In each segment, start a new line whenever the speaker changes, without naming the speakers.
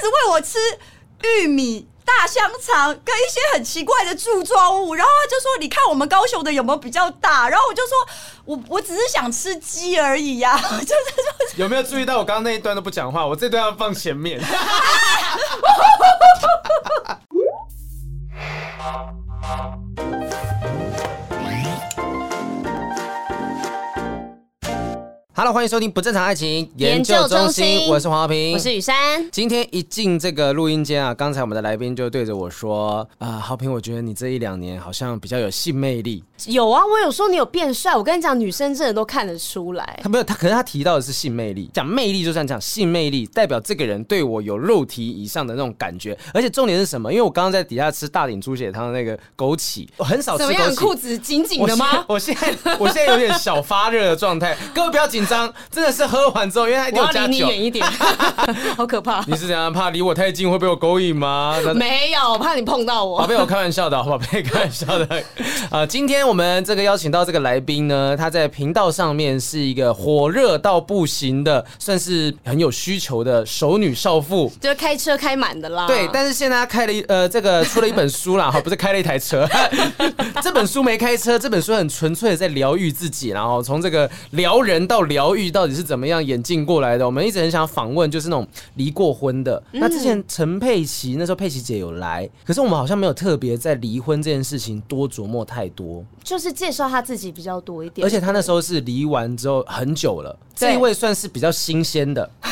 直喂我吃玉米。大香肠跟一些很奇怪的柱状物，然后他就说：“你看我们高雄的有没有比较大？”然后我就说：“我我只是想吃鸡而已呀、 就是就是
有没有注意到我刚刚那一段都不讲话，我这段要放前面。Hello，欢迎收听不正常爱情研究中心，
研究中心
我是黄浩平，
我是雨珊，
今天一进这个录音间啊，刚才我们的来宾就对着我说：“啊、浩平，我觉得你这一两年好像比较有性魅力。
有啊，我有说你有变帅，我跟你讲，女生真的都看得出”来
他。没有，他可是他提到的是性魅力，讲魅力就算讲性魅力，代表这个人对我有肉体以上的那种感觉。而且重点是什么？因为我刚刚在底下吃大鼎猪血汤的那个枸杞，我很少吃
怎么
枸
样，裤
杞。
子紧紧
我
的
现
吗？
我现在我现在有点小发热的状态，各位不要紧张，真的是喝完之后，因为它一
我
定有
要
加
离你
酒。
远 一点，好可怕。
你是怎样怕离我太近会被我勾引吗？那
没有，我怕你碰到
宝
我。
贝，我开玩笑的， 宝贝，开玩笑的。啊，今天我们这个邀请到这个来宾呢，他在频道上面是一个火热到不行的，算是很有需求的熟女少妇。
就是开车开满的啦。
对，但是现在他开了一呃，这个出了一本书啦，哈， 不是开了一台车，这本书没开车，这本书很纯粹的在疗愈自己，然后从这个疗人到疗愈到底是怎么样演进过来的，我们一直很想访问，就是那种离过婚的。
嗯
那之前陈佩琪那时候佩琪姐有来，可是我们好像没有特别在离婚这件事情多琢磨太多，
就是介绍他自己比较多一点。
而且她那时候是离完之后很久了，这
对
一位算是比较新鲜的，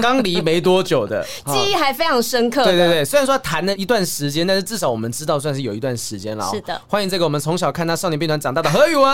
刚离没多久的，哈
记忆还非常深刻。
对对对，虽然说谈了一段时间，但是至少我们知道算是有一段时间了哦、
是的
欢迎这个我们从小看他少年兵团长大的何 宇文。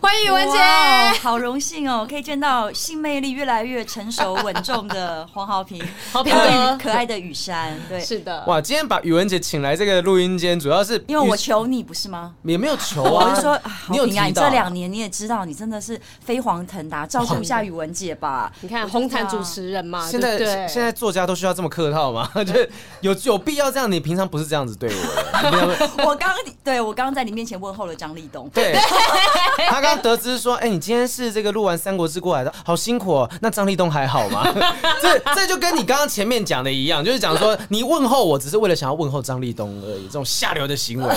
欢迎宇文姐。
哇好荣幸哦，可以见到性魅力越来越成熟稳重的黄浩平，
好平
跟
哥
可爱的雨山，对，
是的，
哇，今天把宇文姐请来这个录音间，主要是
因为我
宇
求你不是吗？
也没有求
我
啊，
是说，啊好
你有
平
提
啊，
到
你这两年你也知道，你真的是飞黄腾达，照顾一下宇文姐吧。
你看红毯主持人嘛，
现在
对不对
现在作家都需要这么客套吗？ 就是有有必要这样？你平常不是这样子对我的，你平常
我刚对我刚刚在你面前问候了张立东，
对， 他刚得知说，哎、你今天是这个录完《三国志》过来的，好辛苦哦。那张立东还好 吗？这这就跟你刚刚前面讲的一样，就是讲说你问候我只是为了想要问候张立东而已，这种下流的行 为。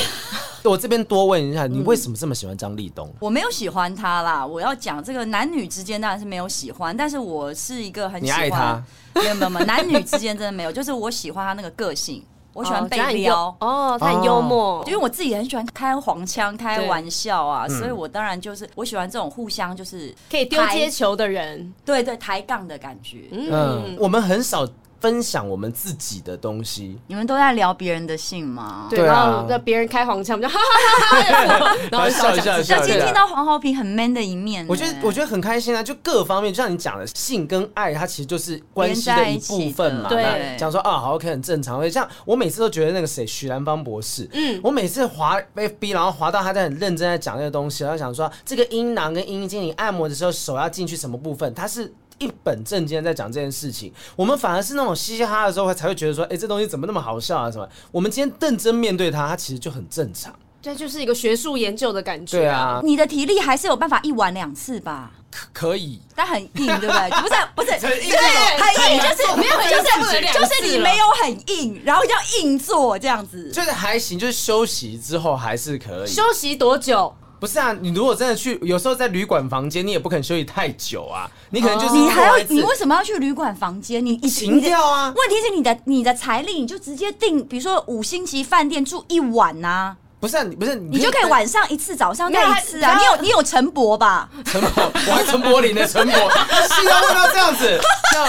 我这边多问一下，你为什么这么喜欢张立东？
我没有喜欢他啦，我要讲这个男女之间当然是没有喜欢，但是我是一个很喜欢，
你爱他
没有没有没有，男女之间真的没有，就是我喜欢他那个个 性，我喜欢
哦
被
觉得很幽
撩。
哦，他很幽默，
因为我自己很喜欢开黄腔、开
对
玩笑啊，所以我当然就是我喜欢这种互相就是
可以丢
抬
接球的人。
对对抬杠的感觉。
嗯，我们很少分享我们自己的东西，
你们都在聊别人的性吗？
对，
对啊
然后让别人开黄腔，我们就哈哈哈哈，然后
笑一
笑
下
就
笑一
讲
下
今天听到黄豪平很 man 的一面呢、
啊我觉
嗯
得我觉得很开心啊，就各方面，就像你讲的，性跟爱，它其实就是关系的一部分嘛。
连在一起的
那讲说啊，好，OK，很正常。而且像我每次都觉得那个谁，徐兰芳博士，嗯，我每次滑 FB，然后滑到他在很认真在讲那个东西，然后想说这个阴囊跟阴茎，你按摩的时候手要进去什么部分，他是。一本正经地在讲这件事情，我们反而是那种嘻嘻哈哈的时候才会觉得说，哎、这东西怎么那么好笑啊什么？我们今天认真面对它，它其实就很正常。
这就是一个学术研究的感觉。
对，啊，
你的体力还是有办法一晚两次吧。
可可以。
但很硬，对不对？不是不是，
很硬哦
对，很硬，就是
没有就是不
就
能
是
两
就是
次
你
了
没有很硬，然后要硬做这样子。
就是还行，就是休息之后还是可以。
休息多久？
不是啊，你如果真的去，有时候在旅馆房间，你也不肯休息太久啊，你可能就是
你还要
做一次
你为什么要去旅馆房间？你一
情调啊，
问题是你的你的财力，你就直接订，比如说五星级饭店住一晚呐、
不是啊，你不是你
你就可以晚上一次，早上再一次啊。
没
你
有
有你有陈博吧？
陈柏， 我还陈柏霖的陈柏，是要问到这样子，这样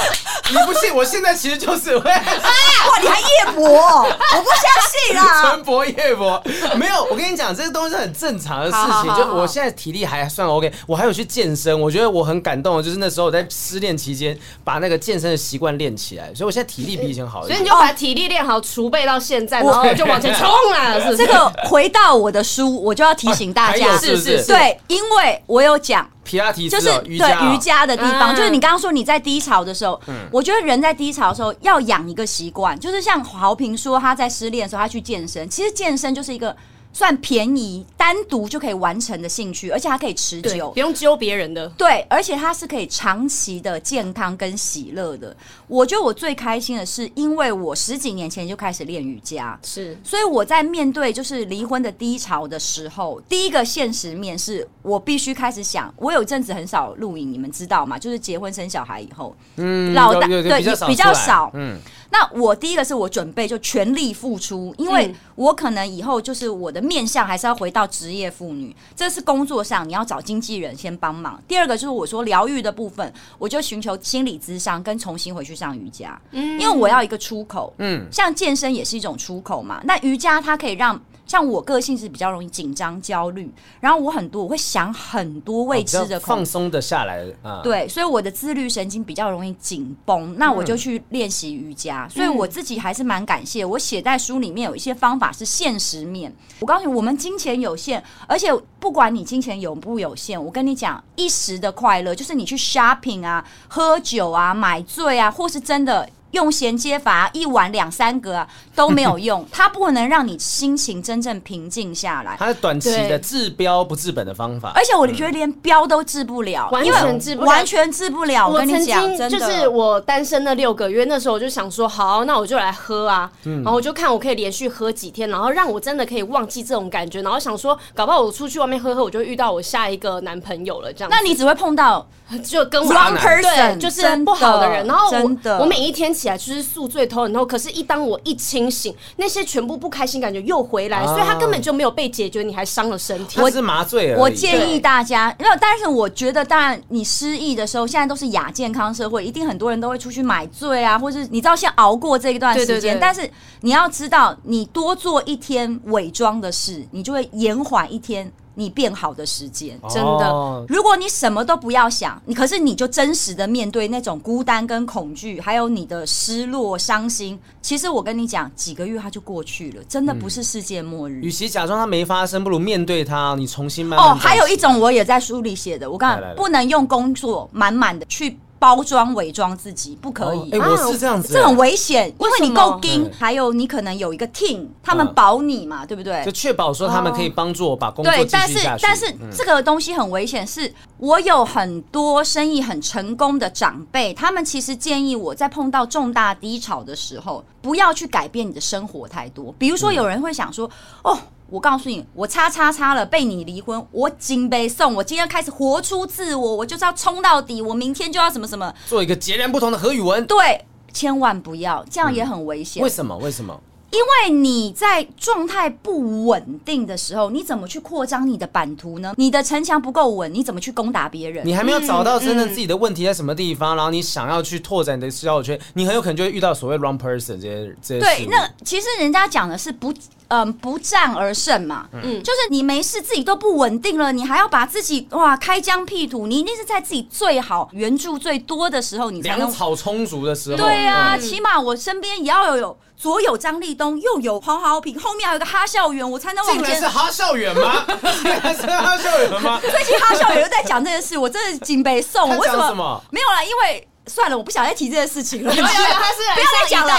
你不信？我现在其实就是会。
哇，你还夜博，我不相信啊 啦。
哎陈伯夜博没有，我跟你讲，这个东西是很正常的事情。
好好好
就我现在体力还算 OK，我还有去健身，我觉得我很感动的，就是那时候我在失恋期间把那个健身的习惯练起来，所以我现在体力比以前好一
所以
点
你。就把体力练好，储备到现在，然后就往前冲啦，是不
这
是？
个回到我的书，我就要提醒大
还有
家，
是不是
对，因为我有讲
皮拉提斯
就
哦、
是
瑜伽哦、嗯
对瑜伽的地方，
嗯
就是你刚刚说你在低潮的时候，我觉得人在低潮的时候要养一个习惯，就是像豪平说他在失恋的时候他去健身，其实健身就是一个算便宜，单独就可以完成的兴趣，而且它可以持
对，
久
不。用揪别人的。
对，而且它是可以长期的健康跟喜乐的。我觉得我最开心的是，因为我十几年前就开始练瑜伽，
是
所以我在面对就是离婚的低潮的时候，第一个现实面是我必须开始想，我有一阵子很少露营，你们知道吗？就是结婚生小孩以后，
嗯
老大
有有有
对
比较
比
少
比较
出来
少
嗯，
那我第一个是我准备就全力付出，因为
嗯
我可能以后就是我的面向还是要回到职业妇女，这是工作上你要找经纪人先帮忙。第二个就是我说疗愈的部分，我就寻求心理咨商跟重新回去上瑜伽，因为我要一个出口。
嗯，
像健身也是一种出口嘛，那瑜伽它可以让。像我个性是比较容易紧张、焦虑，然后我很多我会想很多未知
哦比
的
较
空
放松的下来啊，，
对，所以我的自律神经比较容易紧绷，那我就去练习瑜伽。所以我自己还是蛮感谢，我写在书里面有一些方法是现实面。我告诉你，我们金钱有限，而且不管你金钱有不有限，我跟你讲，一时的快乐就是你去 shopping 啊、喝酒啊、买醉啊，或是真的。用衔接法一碗两三个、啊、都没有用，它不能让你心情真正平静下来。
它是短期的
对
治标不治本的方法
而。且我觉得连标都治不了，
嗯完
因为
全治不了
完全治不了。我
我
跟
曾
你讲，
经
真的
就是我单身那六个月，那时候我就想说，好，那我就来喝啊，然后我就看我可以连续喝几天，然后让我真的可以忘记这种感觉，然后想说，搞不好我出去外面喝喝，我就遇到我下一个男朋友了，这样子。
那你只会碰到
就跟我
Wrong
对，
person，
就是不好的人。
真的
然后
真
我
的
我每一天起来就是宿醉头很痛，可是一当我一清醒，那些全部不开心感觉又回来，
啊
所以他根本就没有被解决，你还伤了身 体。
它是麻醉而已。
我建议大家，因为但是我觉得，当然你失忆的时候，现在都是亚健康社会，一定很多人都会出去买醉啊，或是你知道先熬过这一段时间。
对对对
但是你要知道，你多做一天伪装的事，你就会延缓一天你变好的时间。
哦
真的
如果你什么都不要想，你可是你就真实的面对那种孤单跟恐惧，还有你的失落、伤心。其实我跟你讲，几个月它就过去了，真
嗯
的不是世界末日。
与其假装它没发生，不如面对它，你重新慢慢
哦，
长
还有一种我也在书里写的，我告诉
来来来
你，不能用工作满满的去包装伪装自己，不可
哦
以。
哎，
啊
我是这样子，
这很危险，因为
为什么
你够精
对，
还有你可能有一个 team，他们
嗯
保你嘛，对不对
就？确保说他们可以帮助我把工作
哦对，
继
但
续
是
下去。
但是
嗯
这个东西很危险，是我有很多生意很成功的长辈，他们其实建议我在碰到重大低潮的时候，不要去改变你的生活太多。比如说，有人会想说，哦。我告诉你，我叉叉叉了，被你离婚，我金杯送，我今天开始活出自我，我就是要冲到底，我明天就要什么什么，
做一个截然不同的何宇文，
对，千万不要，这
嗯
样也很危险。
为什么？为什么？
因为哎你在状态不稳定的时候，你怎么去扩张你的版图呢？你的城墙不够稳，你怎么去攻打别人？
你还没有找到真正自己的问题在什么地
嗯
方，然后你想要去拓展你的交友圈，你很有可能就会遇到所谓 wrong person 这些这些事
对
物，
那其实人家讲的是不，嗯、不战而胜嘛，嗯，就是你没事自己都不稳定了，你还要把自己哇开疆辟土，你一定是在自己最好、援助最多的时候，你才
粮
能
草充足的时候，
对啊，
嗯
起码我身边也要有有左有张立东，右有黄豪平，后面还有一个哈校哦园，我才能往
竟然
前
是。哈校园吗？竟然是哈校园吗？
最近哈校友又在讲这件事，我真的警杯送。
他
我为
讲
什么
什么
没有啦？因为算了，我不想再提这件事情了。不要
他是
再讲了，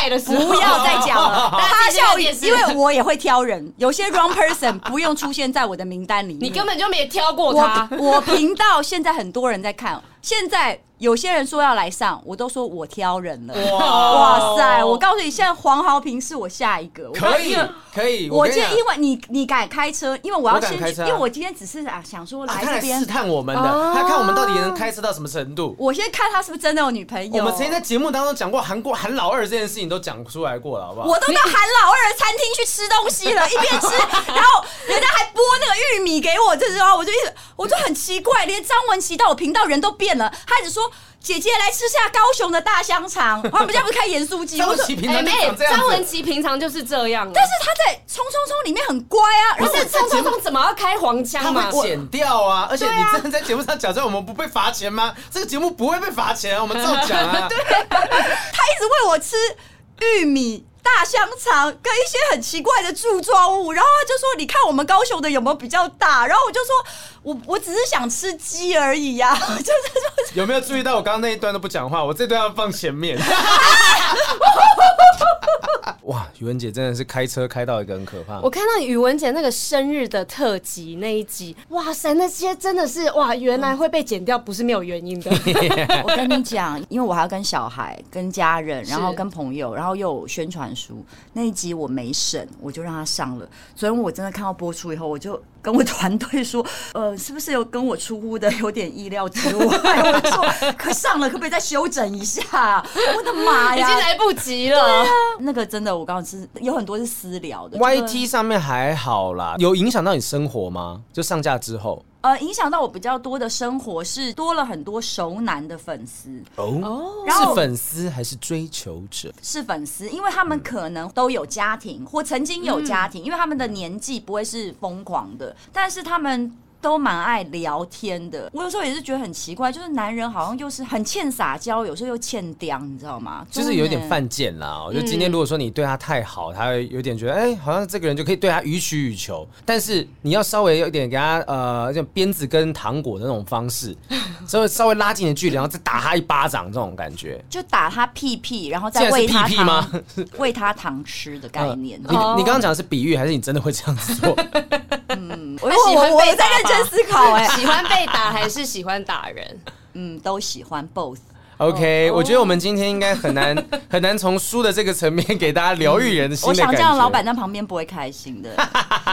不要再讲 了。哈校友，因为我也会挑人，有些 wrong person 不用出现在我的名单里面。
你根本就没挑过
我
他。
我频道现在很多人在看，现在有些人说要来上，我都说我挑人了。哇塞！我告诉你，现在黄豪平是我下一个。我告诉
可
你
以可以，
我
跟
今
你讲
天因为你你敢开车，因为我要
我敢
先
开
去，
车啊
因为我今天只是啊想说
啊
来
他来
这边
试探我们的，
哦
他看我们到底能开车到什么程度。
我先看他是不是真的有女朋
我
友。
们曾经在节目当中讲过韩国韩老二这件事情，都讲出来过了，好不好？
我都到韩老二的餐厅去吃东西 了，一边吃，然后人家还剥那个玉米给我，这时候我就一直我就很奇怪，连张文琪到我频道人都变了，他一直说姐姐来吃下高雄的大香肠，我们家不是开盐酥鸡，
张
我
文
说
琪平
哎
常就
妹
长，这样
张文
子，
琪平常就是这样啊，
但是他在《冲冲冲》里面很乖啊，
不
然后
是冲冲冲怎么要开
他
黄腔嘛？
会剪掉啊！而且你真的在节目上讲说我们不被罚钱吗？这个节目不会被罚钱啊，我们照讲啊。
他一直喂我吃玉米。大香肠跟一些很奇怪的柱状物，然后他就说：“你看我们高雄的有没有比较大？”然后我就说：“我我只是想吃鸡而已呀、 就是说
有没有注意到我刚刚那一段都不讲话，我这段要放前面？哇，宇文姐真的是开车开到一个很可怕。
我看到宇文姐那个生日的特辑那一集，哇塞，那些真的是哇，原来会被剪掉不是没有原因的。
我跟你讲，因为我还要跟小孩、跟家人，然后跟朋友，然后又有宣传书那一集我没审，我就让他上了。昨天我真的看到播出以后，我就跟我团队说， 呃，是不是有跟我出乎的有点意料之外？我说可上了，可不可以再修整一下？我的妈
已经
呀！
来不及了，
那个真的，我刚刚是有很多是私聊的
YT 上面还好啦，有影响到你生活吗？就上架之后
呃，影响到我比较多的生活是多了很多熟男的粉丝，
哦，
然后
是粉丝还是追求者？
是粉丝，因为他们可能都有家庭或曾经有
嗯
家庭，因为他们的年纪不会是疯狂的，但是他们。都蛮爱聊天的，我有时候也是觉得很奇怪，就是男人好像又是很欠撒娇，有时候又欠刁，你知道吗？
就是有
真
点
的
犯贱啦。我觉得今
嗯
天如果说你对他太好，他会有点觉得，哎、好像这个人就可以对他予取予求。但是你要稍微有一点给他呃，像鞭子跟糖果的那种 方式，稍微稍微拉近的距离，然后再打他一巴掌，这种感觉。
就打他屁屁，然后
竟
再
然是
喂他
屁屁吗
糖，喂他糖吃的概念。
呃你
哦
你刚刚讲的是比喻，还是你真的会这样子做？
嗯我
他喜欢
我我
被
有在
打
认
吧
真思考、哎，
喜欢被打还是喜欢打人？
嗯，都喜欢 both。
OK，、我
哦
觉得我们今天应该很 难很难从书的这个层面给大家疗愈人的
嗯
心
我
的感
想
觉。
这样，老板在旁边不会开心 的。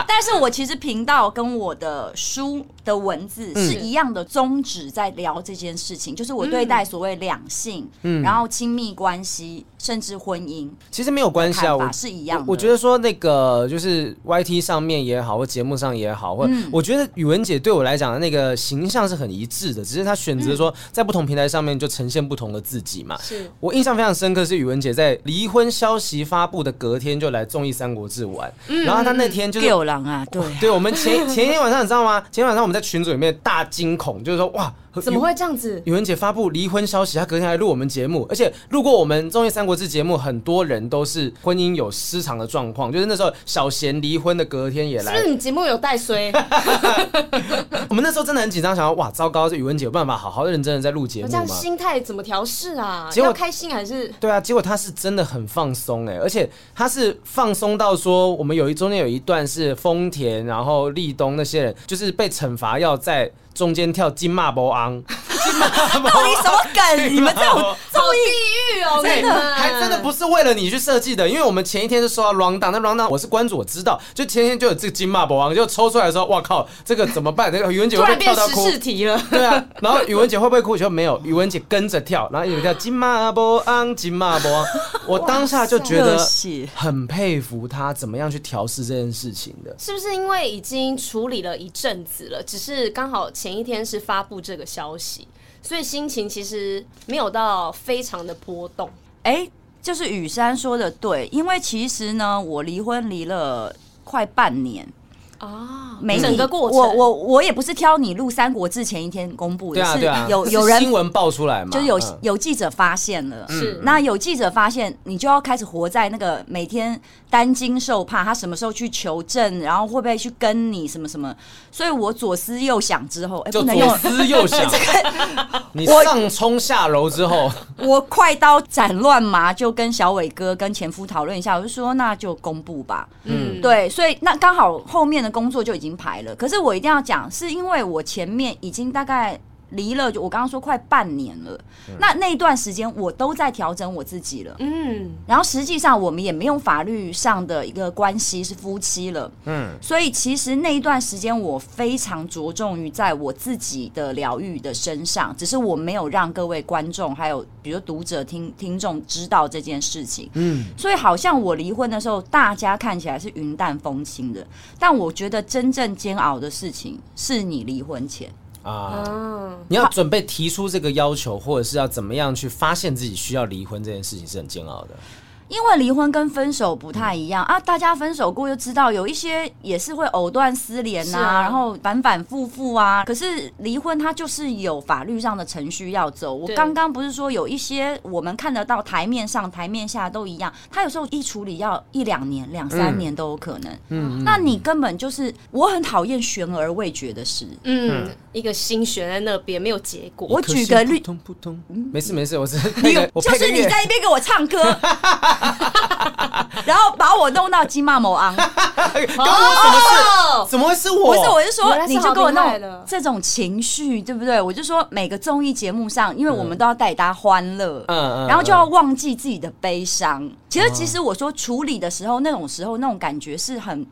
但是我其实频道跟我的书的文字
嗯
是一样的宗旨，在聊这件事情，就是我对待所谓两性，
嗯
然后亲密关系，甚至婚姻，
嗯
其实没有关系啊，
看
我
法是一样的
我。我觉得说那个就是 YT 上面也好，或节目上也好，或、
嗯
我觉得宇文姐对我来讲的那个形象是很一致的，只是她选择
嗯
说在不同平台上面就呈现不同的自己嘛。
是
我印象非常深刻是宇文姐在离婚消息发布的隔天就来综艺《三国志》玩，
嗯
然后她那天就是
六郎啊，对。
对，我们前前一天晚上你知道吗？前一天晚上我们在群组里面大惊恐，就是说哇，
怎么会这样子？
宇文姐发布离婚消息，她隔天还录我们节目，而且路过我们《综艺三国志》节目，很多人都是婚姻有失常的状况，就是那时候小贤离婚的隔天也
是
来，
不是你节目有带衰？
我们那时候真的很紧张，想要哇糟糕，这宇文姐有办法好好认真的在录节
我
目
这样
吗？
心态怎么调试啊？
结果
要开心还是
对啊，结果她是真的很放松哎、而且她是放松到说，我们有一中间有一段是丰田，然后立东那些人，就是被惩罚要在中间跳金马波 昂，
到底什么梗？你们这种
好地狱哦？
对
你们
还真的不是为了你去设计的，因为我们前一天就收到 round down，那 round down 我是关注，我知道，就前一天就有这个金马博王，就抽出来的时候，哇靠，这个怎么办？那 个宇文姐
突
会不会
然变
跳到
时
哭？
事题了。
对啊，然后宇文姐会不会哭？就没有，宇文姐跟着跳，然后有人叫金马博昂，金马博昂，我当下就 觉 得
热血
很佩服她怎么样去调试这件事情的。
是不是因为已经处理了一阵子了，只是刚好前一天是发布这个消息，所以心情其实没有到非常的波动。
哎、就是雨珊说的对，因为其实呢，我离婚离了快半年，
啊，
没
整
你
个过程，
我我我也不是挑你录《三国志》前一天公布
对
的，
啊，
是
对啊，
有
是
有人
新闻爆出来嘛，
就是有
嗯
有记者发现了，
是
那有记者发现，你就要开始活在那个每天担惊受怕，他什么时候去求证，然后会不会去跟你什么什么，所以我左思右想之后，哎、
就
不能
左
用，
思右想，你
我
上冲下楼之后。
我快刀斩乱麻，就跟小伟哥跟前夫讨论一下，我就说那就公布吧，
嗯，
对，所以那刚好后面的工作就已经排了。可是我一定要讲，是因为我前面已经大概离了，就我刚刚说快半年了。
嗯
那那一段时间我都在调整我自己了。
嗯，
然后实际上我们也没有法律上的一个关系是夫妻了，嗯，所以其实那一段时间我非常着重于在我自己的疗愈的身上，只是我没有让各位观众还有比如读者听听众知道这件事情，嗯，所以好像我离婚的时候，大家看起来是云淡风轻的，但我觉得真正煎熬的事情是你离婚前。
啊，
嗯，
你要准备提出这个要求，或者是要怎么样去发现自己需要离婚这件事情是很煎熬的。
因为离婚跟分手不太一样啊，大家分手过就知道，有一些也是会藕断丝连
是
呐、
啊
然后反反复复啊。可是离婚它就是有法律上的程序要走。我
对
刚刚不是说有一些我们看得到台面上、台面下都一样，它有时候一处理要一两年、两三年都有可能。嗯，那你根本就是我很讨厌悬而未决的事。
嗯，一个心悬在那边没有结果。
我举个例
扑通扑通，没事没事，我是
你
配个我
就
配个
是你
乐。
在那边给我唱歌，然后把我弄到金马某昂，
关我什么事？怎么会是我？
不是，我是说
哦原来，是
你就给我
好厉害的
弄这种情绪，对不对？我就说每个综艺节目上，因为我们都要带大家欢乐，
嗯嗯嗯
然后就要忘记自己的悲伤。其实，其实我说处理的时候，那种时候那种感觉是很……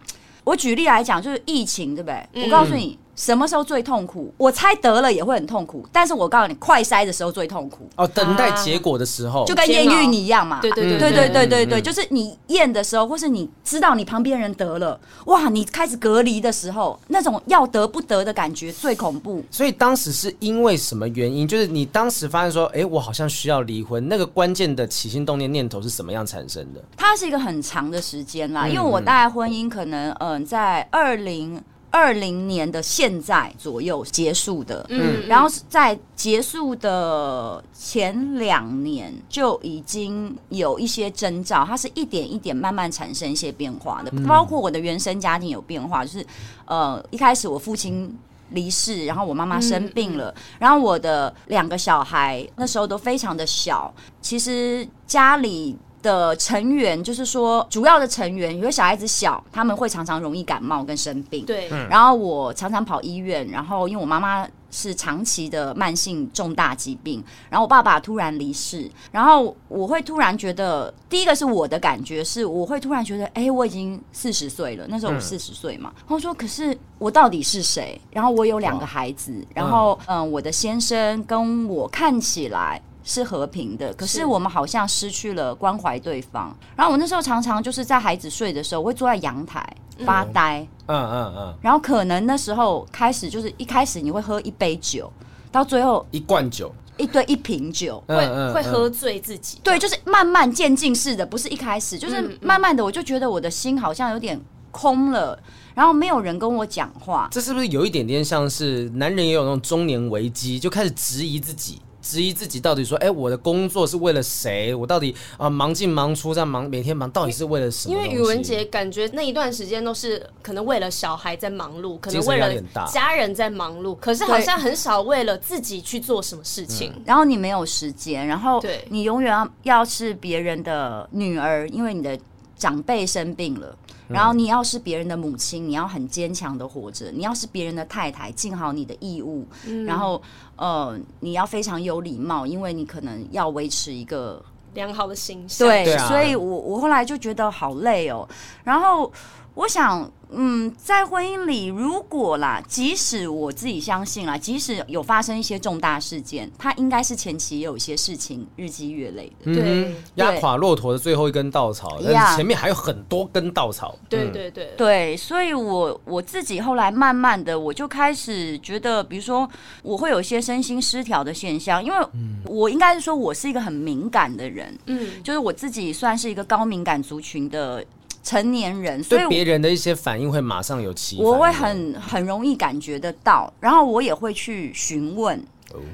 我举例来讲，就是疫情，对不对？
嗯
我告诉你。什么时候最痛苦？我猜得了也会很痛苦，但是我告诉你，快筛的时候最痛苦，
哦，等待结果的时候，
啊就跟
煎
验
熬
孕你一样嘛。
啊对对对
对对对对
嗯嗯
对，
嗯
就是你验的时候，或是你知道你旁边人得了，哇，你开始隔离的时候，那种要得不得的感觉最恐怖。
所以当时是因为什么原因？就是你当时发现说，哎、我好像需要离婚，那个关键的起心动念念头是什么样产生的？
它是一个很长的时间
嗯
啦，因为我大概婚姻可能嗯、呃在二零二零年的现在左右结束的，嗯，然后是在结束的前两年就已经有一些征兆，它是一点一点慢慢产生一些变化的，包括我的原生家庭有变化，就是呃一开始我父亲。离世，然后我妈妈生病了，然后我的两个小孩那时候都非常的小，其实家里的成员，就是说主要的成员，有些小孩子小，他们会常常容易感冒跟生病。
对，
然后我常常跑医院，然后因为我妈妈是长期的慢性重大疾病，然后我爸爸突然离世，然后我会突然觉得，第一个是我的感觉是，我会突然觉得，哎，我已经四十岁了，那时候我四十岁嘛，然后说，可是我到底是谁？然后我有两个孩子，然后嗯，我的先生跟我看起来。是和平的，可
是
是我们好像失去了关怀对方。然后我那时候常常就是在孩子睡的时候，我会坐在阳台发呆，
嗯嗯嗯，
然后可能那时候开始就是一开始你会喝一杯酒，到最后
一罐酒，
一堆一瓶酒。
嗯嗯
会会
嗯
喝醉自己。
对，就是慢慢渐进式的，不是一开始，就是
嗯
慢慢的，我就觉得我的心好像有点空了，然后没有人跟我讲话。
这是不是有一点点像是男人也有那种中年危机，就开始质疑自己，质疑自己到底说，哎、我的工作是为了谁？我到底啊、忙进忙出，这样忙每天忙，到底是为了什么
因
东西？
为宇文杰感觉那一段时间都是可能为了小孩在忙碌，可
精
能
神
为
压
了
力很大
家人在忙碌，可是好像很少为了自己去做什么事情。
然后你没有时间，然后
对
你永远要要是别人的女儿，因为你的长辈生病了，然后你要是别人的母亲，你要很坚强的活着；你要是别人的太太，尽好你的义务，然后呃，你要非常有礼貌，因为你可能要维持一个
良好的形象。
对，
对啊
所以我我后来就觉得好累哦。然后我想，嗯，在婚姻里，如果啦，即使我自己相信啦，即使有发生一些重大事件，它应该是前期也有一些事情日积月累
嗯
的。
对
压垮骆驼的最后一根稻草，
对
但是前面还有很多根稻草。
对对对
对，所以我我自己后来慢慢的，我就开始觉得，比如说我会有一些身心失调的现象，因为
嗯
我应该是说我是一个很敏感的人，
嗯，
就是我自己算是一个高敏感族群的成年人，所以
对
我
别人的一些反应会马上有起反应，
我会很很容易感觉得到，然后我也会去询问，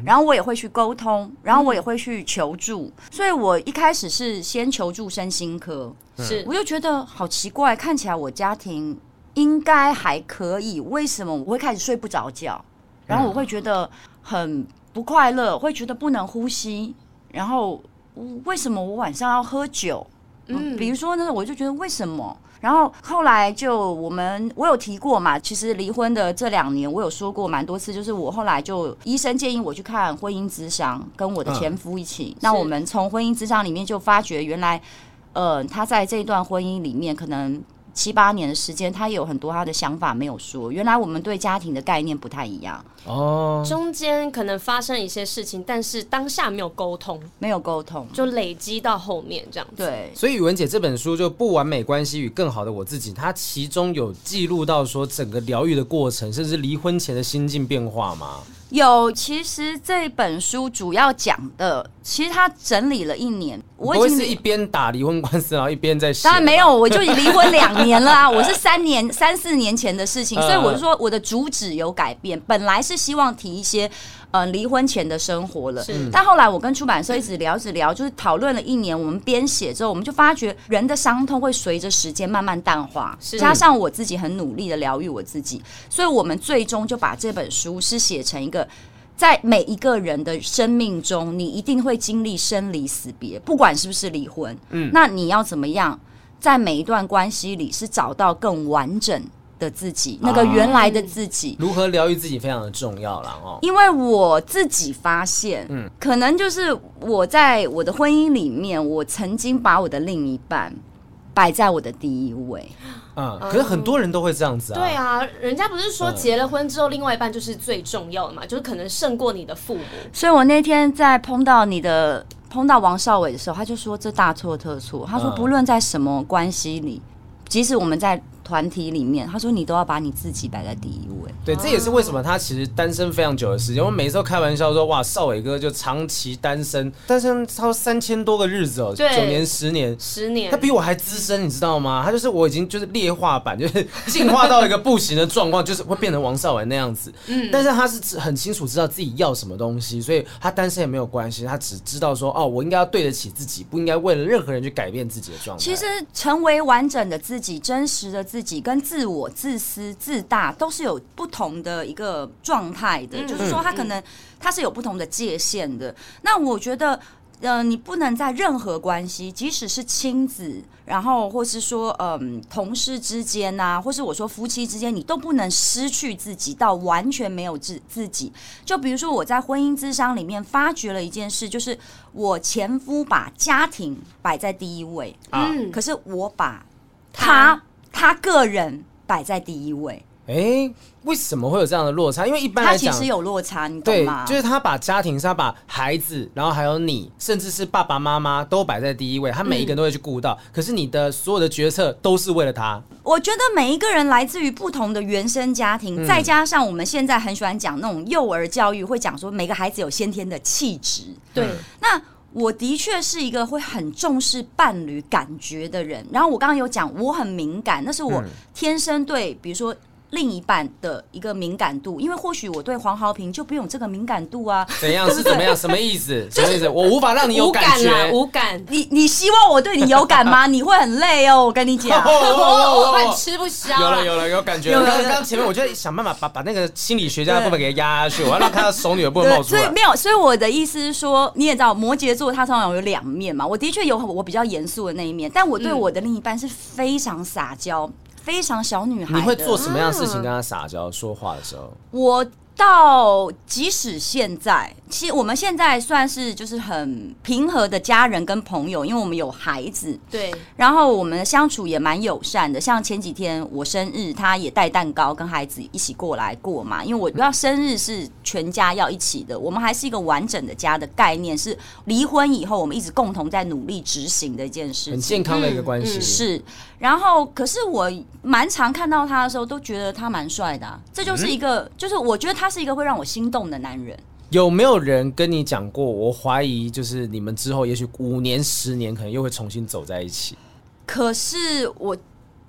然后我也会去沟通，然后我也会去求助，所以我一开始是先求助身心科，
是
我就觉得好奇怪，看起来我家庭应该还可以，为什么我会开始睡不着觉？然后我会觉得很不快乐，会觉得不能呼吸，然后嗯为什么我晚上要喝酒？嗯，比如说呢，我就觉得为什么？然后后来就我们我有提过嘛，其实离婚的这两年我有说过蛮多次，就是我后来就医生建议我去看婚姻咨商，跟我的前夫一起。那
是
我们从婚姻咨商里面就发觉，原来呃他在这一段婚姻里面可能。七八年的时间，他有很多他的想法没有说。原来我们对家庭的概念不太一样，
哦，
中间可能发生一些事情，但是当下没有沟通，
没有沟通。
就累积到后面这样子。
对，
所以宇文姐这本书就《不完美关系与更好的我自己》，它其中有记录到说整个疗愈的过程，甚至离婚前的心境变化嘛。
有，其实这本书主要讲的，其实他整理了一年，
不
我
会
已
是一
经。
边打离婚官司，然后一边在写。
当然没有，我就 离婚两年了 啊！我是三年、三四年前的事情，
嗯
所以我就说我的主旨有改变。本来是希望提一些，呃，离婚前的生活了
是，
但后来我跟出版社一直聊，一直聊，就是讨论了一年。我们编写之后，我们就发觉人的伤痛会随着时间慢慢淡化，
是
加上我自己很努力的疗愈我自己，所以我们最终就把这本书是写成一个。在每一个人的生命中，你一定会经历生离死别，不管是不是离婚，嗯，那你要怎么样在每一段关系里是找到更完整的自己，那个原来的自己。
如何疗愈自己非常的重要了 哦。
因为我自己发现，嗯，可能就是我在我的婚姻里面，我曾经把我的另一半摆在我的第一位，
嗯，可是很多人都会这样子啊。
对啊，人家不是说
嗯
结了婚之后，另外一半就是最重要的嘛，就是可能胜过你的父母。
所以我那天在碰到你的碰到王少伟的时候，他就说这大错特错。他说
嗯
不论在什么关系里，即使我们在团体里面，他说你都要把你自己摆在第一位。
对，这也是为什么他其实单身非常久的时间。我们每次都开玩笑说，哇，少伟哥就长期单身，单身超三千多个日子哦，九
对
年十年。
十年
他，比我还资深，你知道吗？他就是我已经就是劣化版， 就是进化到一个不行的状况， 就是会变成王少伟那样子。嗯，但是他是知很清楚知道自己要什么东西，所以他单身也没有关系，他只知道说哦，我应该要对得起自己，不应该为了任何人去改变自己的状态。
其实，成为完整的自己、真实的自己，跟自我、自私、自大，都是有不同的一个状态的。
嗯
就是说，他可能他是有不同的界限的。那我觉得。呃，你不能在任何关系，即使是亲子，然后或是说，嗯，同事之间呐、或是我说夫妻之间，你都不能失去自己到完全没有自自己。就比如说，我在婚姻之商里面发掘了一件事，就是我前夫把家庭摆在第一位，
啊，
嗯，
可是我把
他
他他个人摆在第一位，
哎、为什么会有这样的落差？因为一般
他
来
其
讲，
实有落差，你懂
对
吗？，
就是他把家庭，是他把孩子，然后还有你，甚至是爸爸妈妈都摆在第一位，他
嗯
每一个人都会去顾到。可是你的所有的决策都是为了他，
我觉得每一个人来自于不同的原生家庭，再加上我们现在很喜欢讲那种幼儿教育，会讲说每个孩子有先天的气质。
对，
那我的确是一个会很重视伴侣感觉的人。然后我刚刚有讲，我很敏感，那是我天生对，比如说。另一半的一个敏感度，因为或许我对黄豪平就不用这个敏感度啊，
怎样是怎么样，什么意思？什么意思？我无法让你有
无
感
感啦，
觉。
无感。
你你希望我对你有感 吗？你会很累哦，我跟你讲。
哦哦哦
我
哦
我很吃不消
有
啦
了有了有感觉了，刚刚前面我就在想办法把把那个心理学家的部分给压下去，我要让他的熟女的部分冒
对，
出
所以
来。
没有，所以我的意思是说，你也知道，摩羯座它通常有两面嘛。我的确有我比较严肃的那一面，但我对我的另一半是非常撒娇、非常小女孩的。
嗯你会做什么样的事情跟他撒娇说话的时候？
我到即使现在，其实我们现在算是就是很平和的家人跟朋友，因为我们有孩子，
对，
然后我们的相处也蛮友善的，像前几天我生日，他也带蛋糕跟孩子一起过来过嘛。因为我要生日是全家要一起的，我们还是一个完整的家的概念，是离婚以后我们一直共同在努力执行的一件事
很
情。
健康的一个关系、
嗯嗯
是，然后可是我蛮常看到他的时候，都觉得他蛮帅的啊、这就是一
嗯
个，就是我觉得他是一个会让我心动的男人。
有没有人跟你讲过？我怀疑就是你们之后，也许五年、十年，可能又会重新走在一起。
可是我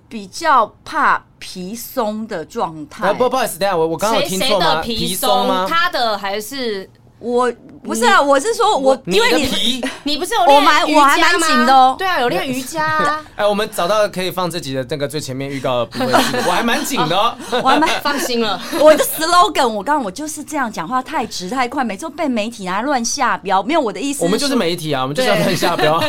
比较怕皮松的状态，
啊，不不好意思，等一下我我刚刚有
谁
听
谁
错吗？
的皮
松吗？
他的还是
我不是啊，我是说我，因为
的
你
皮。
你不是有
我
练
蛮
瑜
我还
伽
蛮
吗
紧的哦
对啊，有练瑜 伽啊。
哎，我们找到可以放这集的那个最前面预告的部分，我还蛮紧的 哦。
我还蛮
放心了，
我的 slogan，我刚刚我就是这样讲话太直太快，每次都被媒体拿来乱下标，没有我的意思。
我们就是，媒体啊，我们就是要 看 下标。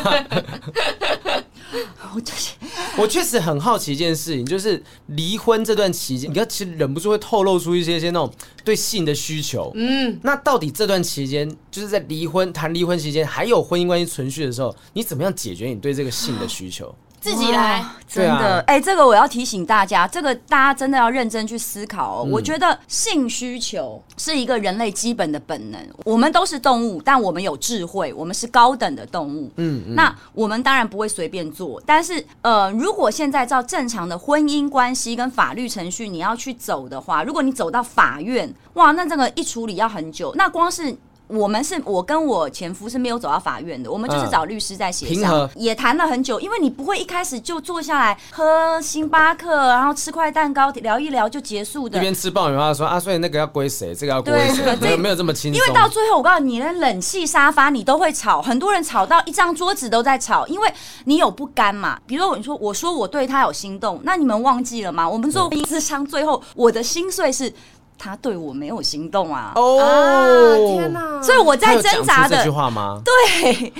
我就是
我确实很好奇一件事情，就是离婚这段期间，你要其实忍不住会透露出一些些那种对性的需求。嗯，那到底这段期间，就是在离婚谈离婚期间，还有婚姻关系存续的时候，你怎么样解决你对这个性的需 求？
自己来
哇。真
对
的
啊，
哎、这个我要提醒大家，这个大家真的要认真去思考、哦。
嗯
我觉得性需求是一个人类基本的本能，我们都是动物，但我们有智慧，我们是高等的动物。嗯，那我们当然不会随便做，但是呃，如果现在照正常的婚姻关系跟法律程序你要去走的话，如果你走到法院，哇，那这个一处理要很久，那光是。我们是我跟我前夫是没有走到法院的，我们就是
嗯
找律师在协
平
商，
和
也谈了很久，因为你不会一开始就坐下来喝星巴克，然后吃块蛋糕聊一聊就结束
一
的。
边吃爆米花说啊，所以那个要归谁，这个要归谁
对，
没
这
有没有这么轻松。
因为到最后，我告诉你，连冷气沙发你都会吵，很多人吵到一张桌子都在吵，因为你有不甘嘛。比如说，你说我说我对他有心动，那你们忘记了吗？我们做智商，最后我的心碎是他对我没有心动啊。
哦，
哪
所以我
他
在
有讲
挣扎
出这
的
句，话 吗？
对，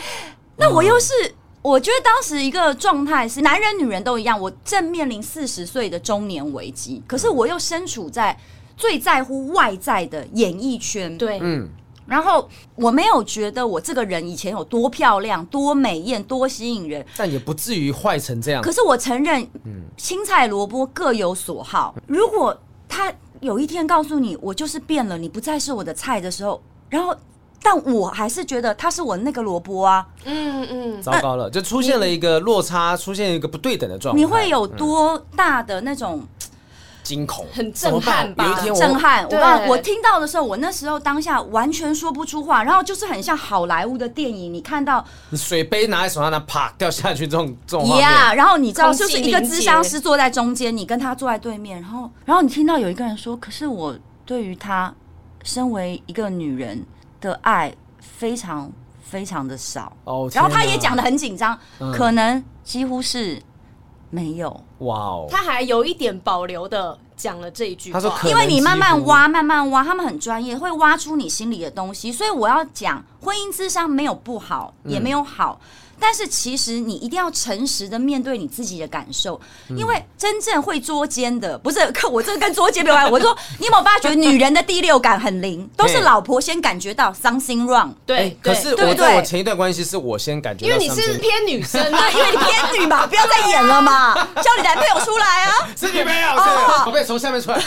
那我又是。我觉得当时一个状态是，男人女人都一样，我正面临四十岁的中年危机，可是我又身处在最在乎外在的演艺圈，
对，
嗯，
然后我没有觉得我这个人以前有多漂亮、多美艳、多吸引人，
但也不至于坏成这样
可。是我承认，青菜萝卜各有所好。如果他有一天告诉你我就是变了，你不再是我的菜的时候，然后但我还是觉得他是我那个萝卜啊，
嗯嗯，
糟糕了，就出现了一个落差，出现一个不对等的状态。嗯
你会有多大的那种呃
惊恐，
很震撼吧
怎么办有一天我
震撼？我
对
告我听到的时候，我那时候当下完全说不出话，然后就是很像好莱坞的电影，你看到
你水杯拿在手上，那啪掉下去，这种这种画面
呀然后你知道，
空气
就是一个
凝结
智商师坐在中间，你跟他坐在对面，然后，然后你听到有一个人说：“可是我对于他，身为一个女人的爱非常非常的少。
哦”
然后他
天哪
也讲的很紧张，
嗯
可能几乎是没有，
哇哦，
他还有一点保留的讲了这一句话，
他说可能
因为你慢
几
慢
乎
挖，慢慢挖，他们很专业，会挖出你心里的东西。所以我要讲，婚姻智商没有不好，也
嗯
没有好。但是其实你一定要诚实的面对你自己的感受，
嗯
因为真正会捉奸的，不是可我这个跟捉奸没有关系。我说，你有没有发觉女人的第六感很灵，都是
对
老婆先感觉到 something wrong，
对
哎，可是
对
我
不对
在我前一段关系是我先感觉
因
到
为
something，
你是偏女生 啊，因
因为你偏女嘛，不要再演了嘛，叫你男朋友出来啊！
是女朋友，是女朋友
哦
我被从下面 出来，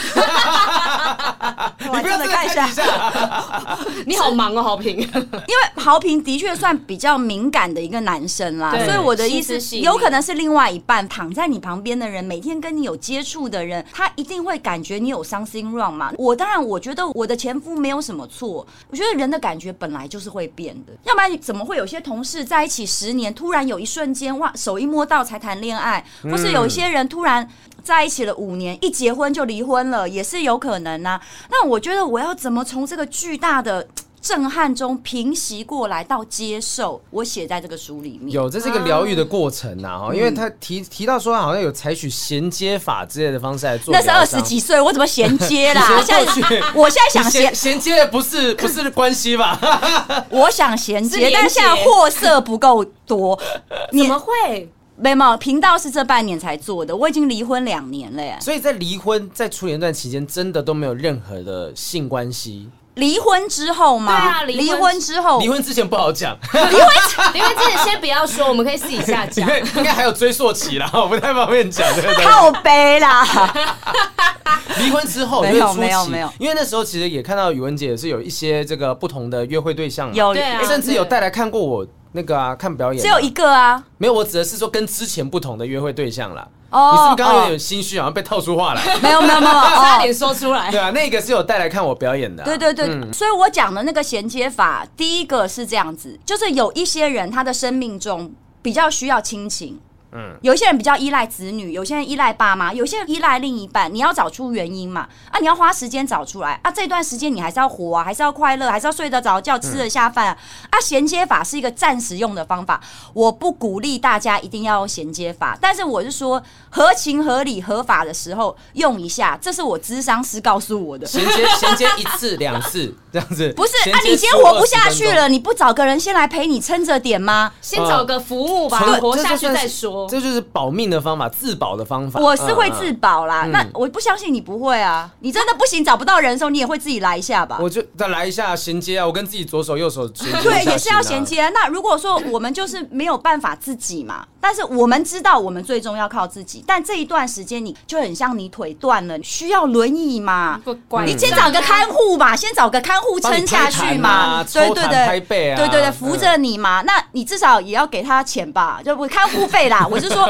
我
你不要
真
再
的看一下
看底下，
你好忙哦，好平。
因为豪平的确算比较敏感的一个男生啦，
对
所以我的意思
心思细腻
有可能是另外一半躺在你旁边的人，每天跟你有接触的人，他一定会感觉你有 something wrong 嘛。我当然，我觉得我的前夫没有什么错，我觉得人的感觉本来就是会变的，要不然怎么会有些同事在一起十年，突然有一瞬间哇手一摸到才谈恋爱，或是有一些人突然在一起了五年，一结婚就离婚了，也是有可能呐、那我觉得我要怎么从这个巨大的震撼中平息过来到接受，我写在这个书里面。
有，这是一个疗愈的过程啊呐、
嗯
哈、因为他提提到说好像有采取衔接法之类的方式来做
那
疗
是
伤，？
二十几岁，我怎么衔接啦
你
现
衔过去
在 我现在想衔
衔，衔接的不是不是关系吧？
我想衔
是
接，
连
但现在
接
货色不够多。
怎么会？
没有频道是这半年才做的，我已经离婚两年了耶。
所以在离婚在处理那段期间，真的都没有任何的性关系。
离婚之后嘛，
对啊离婚
离婚之后，
离婚之前不好讲，
因为这个先不要说，我们可以私底 下
因
讲。
为应该还有追溯期啦，我不太方便讲这 个东西。
靠背啦，
离婚之后
没有
就是初期
没有没有
因为那时候其实也看到宇文姐也是有一些这个不同的约会对象嘛，
有
对啊
甚 至有带来看过我那个啊看表演啊，
只有一个啊。
没有，我指的是说跟之前不同的约会对象啦。
哦
你是不是刚刚有点心虚，好像被套出话来？
没有没有没 有，
差
哦
点说出来
对，啊，那个是有带来看我表演的啊、
对对对，所以我讲的那个衔接法，第一个是这样子，就是有一些人他的生命中比较需要亲情。嗯，有一些人比较依赖子女，有些人依赖爸妈，有些人依赖另一半。你要找出原因嘛？啊，你要花时间找出来啊。这段时间你还是要活啊，还是要快乐，还是要睡得着觉，
嗯
吃得下饭啊。啊，衔接法是一个暂时用的方法，我不鼓励大家一定要用衔接法，但是我是说合情合理合法的时候用一下，这是我咨商师告诉我的。
衔接衔接一次两次这样子。
不是
衔
啊，
接
你今天
15
活不下去，
20
了，你不找个人先来陪你撑着点吗？
先找个服务吧
分钟，
活
这
下
就
去
算
再
是
说。
这就是保命的方法，自保的方法。
我是会自
嗯。嗯
保啦，
嗯
那我不相信你不会啊！你真的不行，找不到人的时候，你也会自己来一下吧？
我就再来一下衔接啊，我跟自己左手右手衔接、啊。
对，也是要衔。接啊。那如果说我们就是没有办法自己嘛，但是我们知道我们最终要靠自己。但这一段时间，你就很像你腿断了，你需要轮椅嘛？
嗯
你先找个看护吧，先找个看护撑下去嘛，对
嗯帮你拍痰啊
对
抽痰
对，
拍背啊
对对对，
嗯
扶着你嘛，那你至少也要给他钱吧，就不看护费 啦。我是说，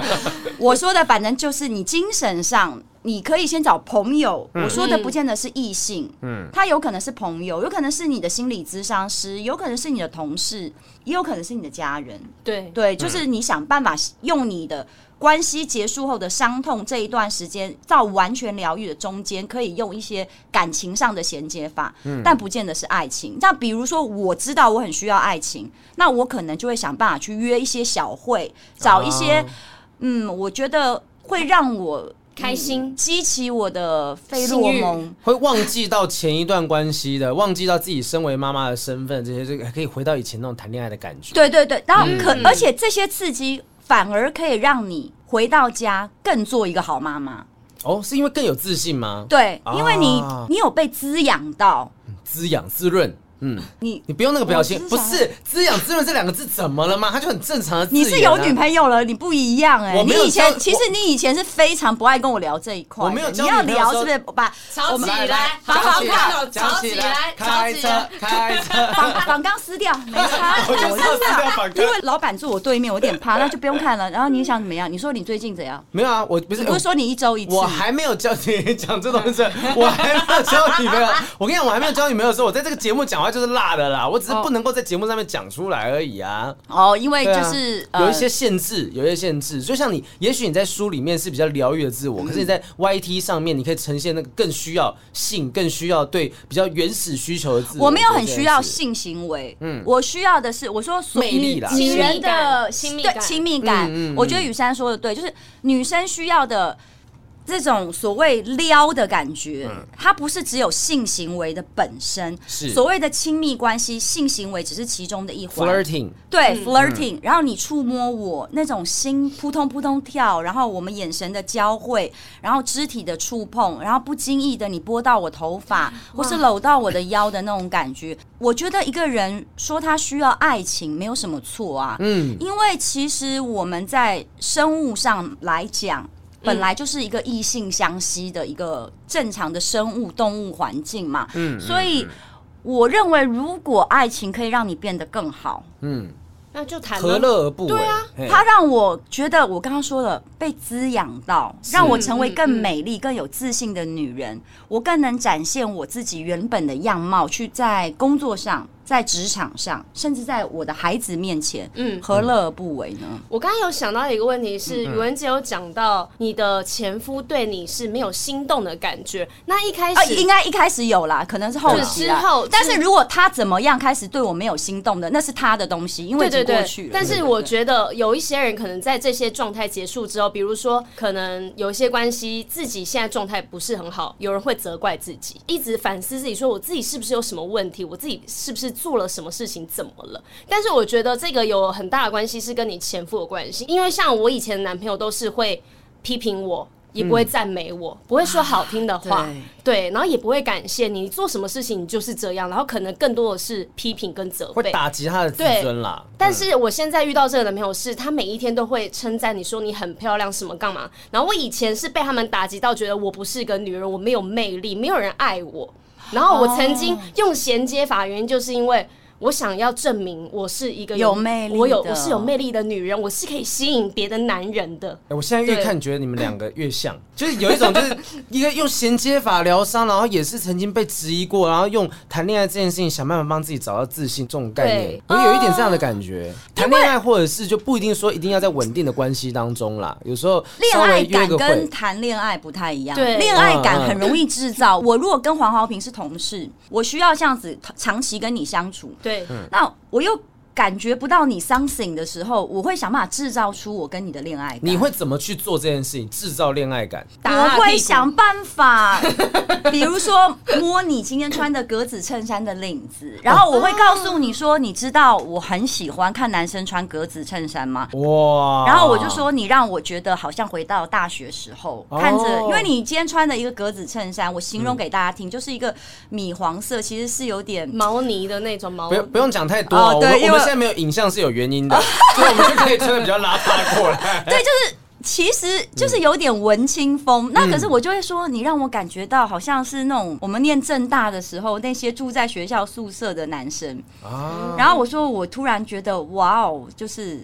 我说的反正就是你精神上。你可以先找朋友，
嗯
我说的不见得是异性，嗯，他有可能是朋友，有可能是你的心理咨商师，有可能是你的同事，也有可能是你的家人，
对，
对，就是你想办法用你的关系结束后的伤痛这一段时间，到完全疗愈的中间，可以用一些感情上的衔接法，但不见得是爱情。那比如说，我知道我很需要爱情，那我可能就会想办法去约一些小会，找一些、
哦
嗯，我觉得会让我
开心。
激起我的费
性
洛
欲
蒙。
会忘记到前一段关系的，忘记到自己身为妈妈的身份，这些这个可以回到以前那种谈恋爱的感觉。
对对对，然后可、而且这些刺激反而可以让你回到家更做一个好妈妈。
哦，是因为更有自信吗？
对，因为你、
啊
你有被滋养到，
滋养滋润，嗯，
你
你不用那个表情，
我
不
只是想
是滋养滋润这两个字怎么了吗？它就很正常的字、啊。
你是有女朋友了，你不一样哎、
我
你
没有
以前
交
其实
我
你以前是非常不爱跟我聊这一块的，
我没有交
你要
女朋友
聊
的时
是
候
不是把
吵起来，
吵
把
好
房
起
卡
来
吵起来，吵
开
起
车
来。，
开车。 ，
仿仿钢撕掉，没差
我就知道撕掉仿钢
因为老板坐我对面，我有点怕，那就不用看了。然后你想怎么样？你说你最近怎样？
没有啊，我不是
你不是说你一周一次？
我还没有交你讲这东西， 我还没有交 女朋友。我跟你讲，我还没有交女朋友的时候，我在这个节目讲话就是辣的啦，我只是不能够在节目上面讲出来而已啊。
哦，因为
对啊
就是、呃
有一些限制，有一些限制。就像你，也许你在书里面是比较疗愈的自
嗯
我，可是你在 YT 上面，你可以呈现那个更需要性，更需要对比较原始需求的自我。
我没有很需要
性。
性行为，
嗯
嗯，我需要的是我说所
魅力啦
女女人的
亲密
对
感
亲密感
嗯嗯嗯。
我觉得雨珊说的对，就是女生需要的这种所谓撩的感觉，它不是只有性行为的本身，
嗯是
所谓的亲密关系，性行为只是其中的一环。
flirting，
对 flirting，然后你触摸我那种心扑通扑通跳，然后我们眼神的交汇，然后肢体的触碰，然后不经意的你拨到我头发，或是搂到我的腰的那种感觉，我觉得一个人说他需要爱情没有什么错啊，
嗯，
因为其实我们在生物上来讲。本来就是一个异性相吸的一个正常的生物动物环境嘛，嗯，所以我认为如果爱情可以让你变得更好，
那就谈
何
了。
乐而不为？
对啊
嘿
它让我觉得我刚刚说了被滋养到，让我成为更美丽、更有自信的女人，我更能展现我自己原本的样貌，去在工作上、在职场上，甚至在我的孩子面前，
嗯
嗯，何乐而不为呢？
我刚刚有想到一个问题是，宇文姐有讲到你的前夫对你是没有心动的感觉。那一开
啊，
始
应该一开始有啦，可能是后期啦
对之后
但是如果他怎么样开始对我没有心动的，那是他的东西，因为
对
已经
对
过
对
去了。，
但是
对
我
对
觉得有一些人可能在这些状态结束之后，比如说可能有一些关系自己现在状态不是很好，有人会责怪自己，一直反思自己，说我自己是不是有什么问题，我自己是不是做了什么事情，怎么了？但是我觉得这个有很大的关系是跟你前夫有关系，因为像我以前的男朋友都是会批评我。也不会赞美我，不会说好听的话，对，然后也不会感谢你，你做什么事情你就是这样，然后可能更多的是批评跟责备
会，打击他的自尊啦。
嗯
但是我现在遇到这个男朋友是，他每一天都会称赞你说你很漂亮什么干嘛。然后我以前是被他们打击到，觉得我不是个女人，我没有魅力，没有人爱我。然后我曾经
哦
用衔接法，原因就是因为。我想要证明我是一个
有魅力的
我有我是有魅力的女人，我是可以吸引别的男人的。
哎我现在越看觉得你们两个越像，就是有一种就是一个用衔接法疗伤，然后也是曾经被质疑过，然后用谈恋爱这件事情想办法帮自己找到自信这种概念
对，
我有一点这
啊
样的感觉。谈恋爱或者是就不一定说一定要在稳定的关系当中啦，有时候
恋
稍
爱
微约
感
个
跟
会，
谈恋爱不太一样，
对
恋爱感很容易制
啊
造。我如果跟黄豪平是同事，我需要这样子长期跟你相处，
对，
嗯
那我又感觉不到你 something 的时候，我会想办法制造出我跟你的恋爱感。
你会怎么去做这件事情，制造恋爱感？
打他屁
我
股
会想办法， 比如说摸你今天穿的格子衬衫的领子，然后我会告诉你说，你知道我很喜欢看男生穿格子衬衫吗？
哇！
然后我就说，你让我觉得好像回到大学时候，
哦
看着，因为你今天穿的一个格子衬衫，我形容给大家听，就是一个米黄色，其实是有点。
毛呢的那种毛
不，用不用讲太多哦，
哦
我
对
们我
因为
们现在没有影像是有原因 的，所以我们就可以穿的比较邋遢过来。对，
其实就是有点文青风，
嗯
那可是我就会说，你让我感觉到好像是那种我们念正大的时候那些住在学校宿舍的男生。
啊，
然后我说，我突然觉得，哇哦，就是嘖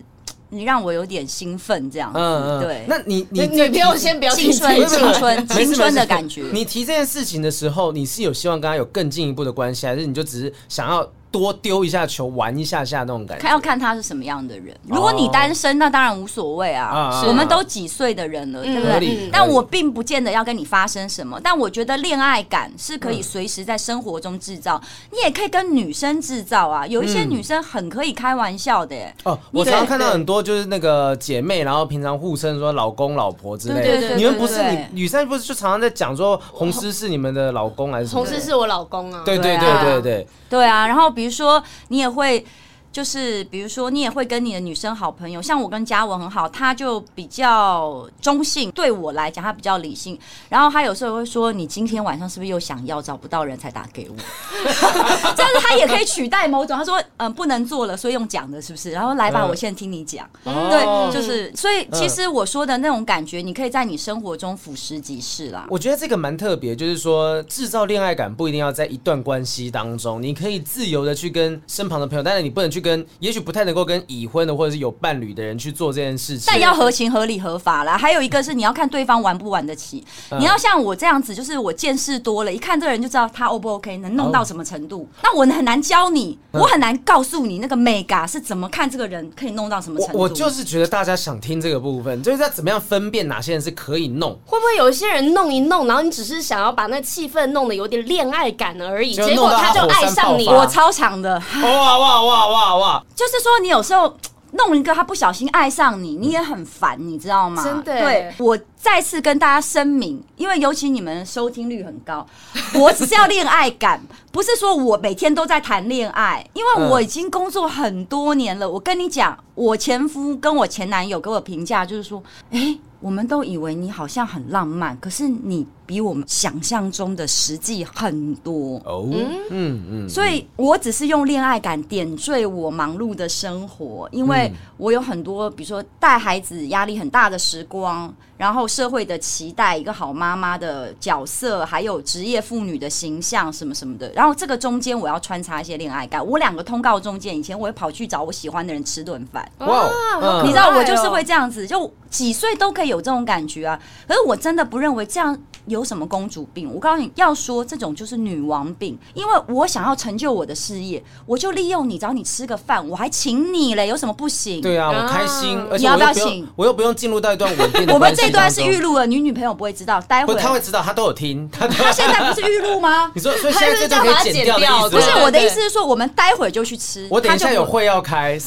你让我有点兴奋这样子。
嗯嗯，
对，
那你你
你女朋友
提
先不要
青春
没 有没有
青春
没事
青春的
没事
感觉
你提这件事情的时候，你是有希望跟他有更进一步的关系，还是你就只是想要？多丢一下球，玩一下下那种感觉。
看要看他是什么样的人。如果你单身，那当然无所谓
哦啊
啊，
是
我们都几岁的人了，对不
合
对？
理，
但
合理
我并不见得要跟你发生什么，但我觉得恋爱感是可以随时在生活中制造，你也可以跟女生制造啊。有一些女生很可以开玩笑的、欸，
哦，我
对
常常看到很多就是那个姐妹，然后平常互称说老公、老婆之类的。
对对对
你们不是
对
你
对
女生不是就常常在讲说红丝是你们的老公还是什么
同
的？
事是我老公啊，
对对
对啊
对对对，
对啊。然后比如说你也会。就是比如说，你也会跟你的女生好朋友，像我跟嘉文很好，他就比较中性，对我来讲他比较理性。然后他有时候会说：“你今天晚上是不是又想要找不到人才打给我？” 这样子他也可以取代某种。他说：“嗯，不能做了，所以用讲的，是不是？”然后来吧，
嗯
我现在听你讲。
哦
对，就是所以，其
嗯
实我说的那种感觉，你可以在你生活中俯拾即是啦。
我觉得这个蛮特别，就是说制造恋爱感不一定要在一段关系当中，你可以自由的去跟身旁的朋友，但是你不能去跟，也许不太能够跟已婚的或者是有伴侣的人去做这件事情。
但要合情合理合法啦。还有一个是你要看对方玩不玩得起，
嗯
你要像我这样子，就是我见识多了，一看这个人就知道他 O 不 OK，能
嗯
弄到什么程度。那我很难教你，我很难告诉你那个 mega 是怎么看这个人可以弄到什么
我
程度。
我就是觉得大家想听这个部分，就是要怎么样分辨哪些人是可以 弄，
会不会有一些人弄一弄，然后你只是想要把那气氛弄得有点恋爱感而已，
就
结
弄
果
到他
他就
火山
爱上你
爆发
了
我。超强的，
哇哇哇哇哇！
就是说你有时候。弄一个他不小心爱上你，你也很烦，你知道吗？
真的
对我再次跟大家声明，因为尤其你们收听率很高， 我只是要恋爱感，不是说我每天都在谈恋爱，因为我已经工作很多年了。我跟你讲，我前夫跟我前男友给我评价就是说，哎、我们都以为你好像很浪漫，可是你比我们想象中的实际很多。
哦，嗯嗯，
所以我只是用恋爱感点缀我忙碌的生活，因
嗯
为我有很多，比如说带孩子压力很大的时光，然后社会的期待，一个好妈妈的角色，还有职业妇女的形象什么什么的。然后这个中间我要穿插一些恋爱感。我两个通告中间，以前我会跑去找我喜欢的人吃顿饭，
哦
哇嗯
你知道我就是。
好可爱
会
哦
这样子，就几岁都可以有这种感觉啊。可是我真的不认为这样有什么公主病。我告诉你，要说这种就是女王病，因为我想要成就我的事业，我就利用你找你吃个饭，我还请你嘞，有什么不行？
对啊，我
啊
开心，而且
你要
我
不
又
要
不用
请，
我又不用进入到一段稳定的
我们
关系
这段
当
是
中
预录了，你女朋友不会知道，待
不，
会
他 会知道，他都有听，他都？
她现在不是预录吗
你说，所以现在这段可以剪掉的意思
不
对
是
吗
我的
对
意思是说，我们待会儿就去吃。
我等
她
一下
就
有
不
会要 开，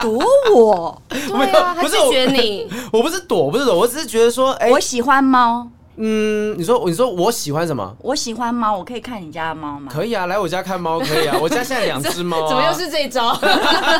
堵我，
对啊，他
不是
拒绝你，
我不是躲，不是躲，我只是觉得说，哎
我，喜欢猫，
嗯，你说，你说我喜欢什么？
我喜欢猫，我可以看你家的猫吗？
可以啊，来我家看猫可 以啊，我家现在两只猫啊，
怎么又是这 一招？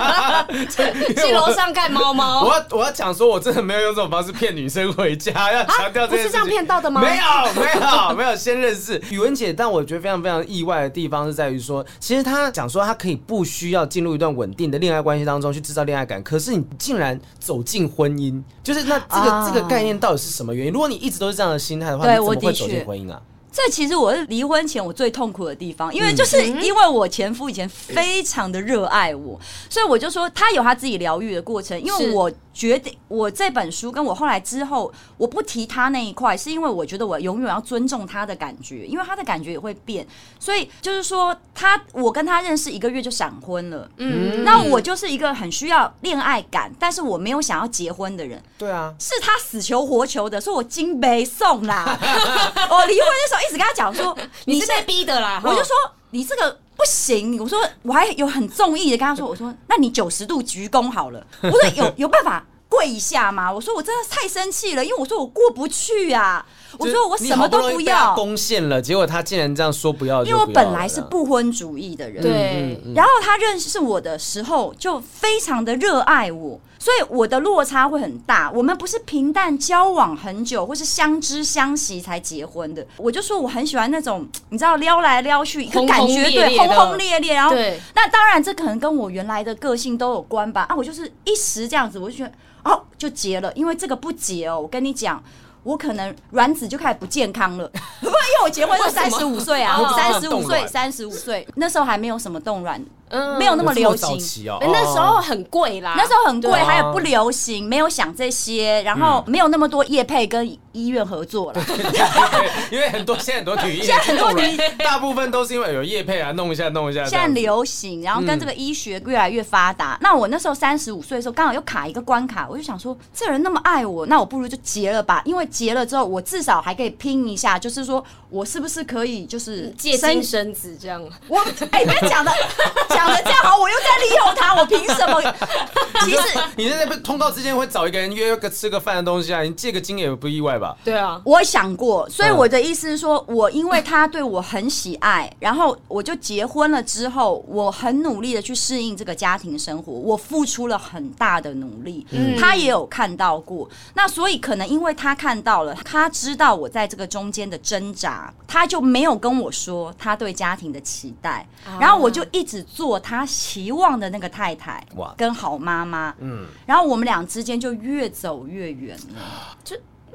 去楼上看猫
我
猫，
要我要讲说，我真的没有用这种方式骗女生回家，要强调这件事情
啊不是这样骗到的吗
没有，没有，没有，先认识宇文姐。但我觉得非常非常意外的地方是在于说，其实她讲说她可以不需要进入一段稳定的恋爱关系当中去制造恋爱感，可是你竟然走进婚姻，就是那这个、
啊
这个概念到底是什么原因？如果你一直都是这样的心态的话，你
对
怎么
我
会
的
走
确
进婚姻啊？
这其实我是离婚前我最痛苦的地方，
嗯
因为就是因为我前夫以前非常的热爱我，所以我就说他有他自己疗愈的过程。因为
是
我决定我这本书跟我后来之后，我不提他那一块，是因为我觉得我永远要尊重他的感觉，因为他的感觉也会变。所以就是说他，我跟他认识一个月就闪婚了，
嗯
那我就是一个很需要恋爱感，但是我没有想要结婚的人。
对啊，
是他死求活求的，说我金杯送 啦。 我离婚的时候一直跟他讲说，
你是
现
被逼的啦。
我就
哈
说你这个不行，我说我还有很中意的跟他说，我说那你九十度鞠躬好了，我说 有有办法跪一下吗？我说我真的太生气了，因为我说我过不去啊，我说我什么都
不
不要，
攻陷了，结果她竟然这样说不要就
因为我
不要了
本来是不婚主义的人，
对，
然后他认识我的时候，就非常的热爱我，所以我的落差会很大。我们不是平淡交往很久，或是相知相惜才结婚的。我就说我很喜欢那种，你知道撩来撩去，一个
轰
感
轰
觉
烈烈
对，轰
的
轰烈烈。然后，
对
那当然这可能跟我原来的个性都有关吧。啊，我就是一时这样子，我就觉得哦，就结了，因为这个不结哦，我跟你讲。我可能卵子就开始不健康了， 因为我结婚是
为什
三
么
十五岁啊，
哦
三十
冻
五岁
卵
三十五岁，那时候还没有什么冻卵
嗯
没有那么哦流行
有这早。期哦
哎，那时候很贵啦，
那时候很贵，
啊对嗯
还有不流行，没有想这些，然后没有那么多业配跟医院合作了。
对，因为很多现在很多体育， 现在很多人，大部分都是因为有叶配啊，弄一下弄一下这
现在
样子。嗯
流行，然后跟这个医学越来越发达。那我那时候三十五岁的时候，刚好又卡一个关卡，我就想说，这人那么爱我，那我不如就结了吧，因为结了之后，我至少还可以拼一下，就是说我是不是可以就是
嗯借
生
精生子这样。
我哎，别、讲的讲的这样好，我又在利用他，我凭什么？其实
你在那通告之间会找一个人约个吃个饭的东西啊，你借个金也不意外吧？
对啊，
我想过，所以
嗯
我的意思是说，我因为他对我很喜爱，然后我就结婚了之后，我很努力的去适应这个家庭生活，我付出了很大的努力，他也有看到过。那所以可能因为他看到了，他知道我在这个中间的挣扎，他就没有跟我说他对家庭的期待，然后我就一直做他期望的那个太太
哇
跟好妈妈，嗯，然后我们俩之间就越走越远了。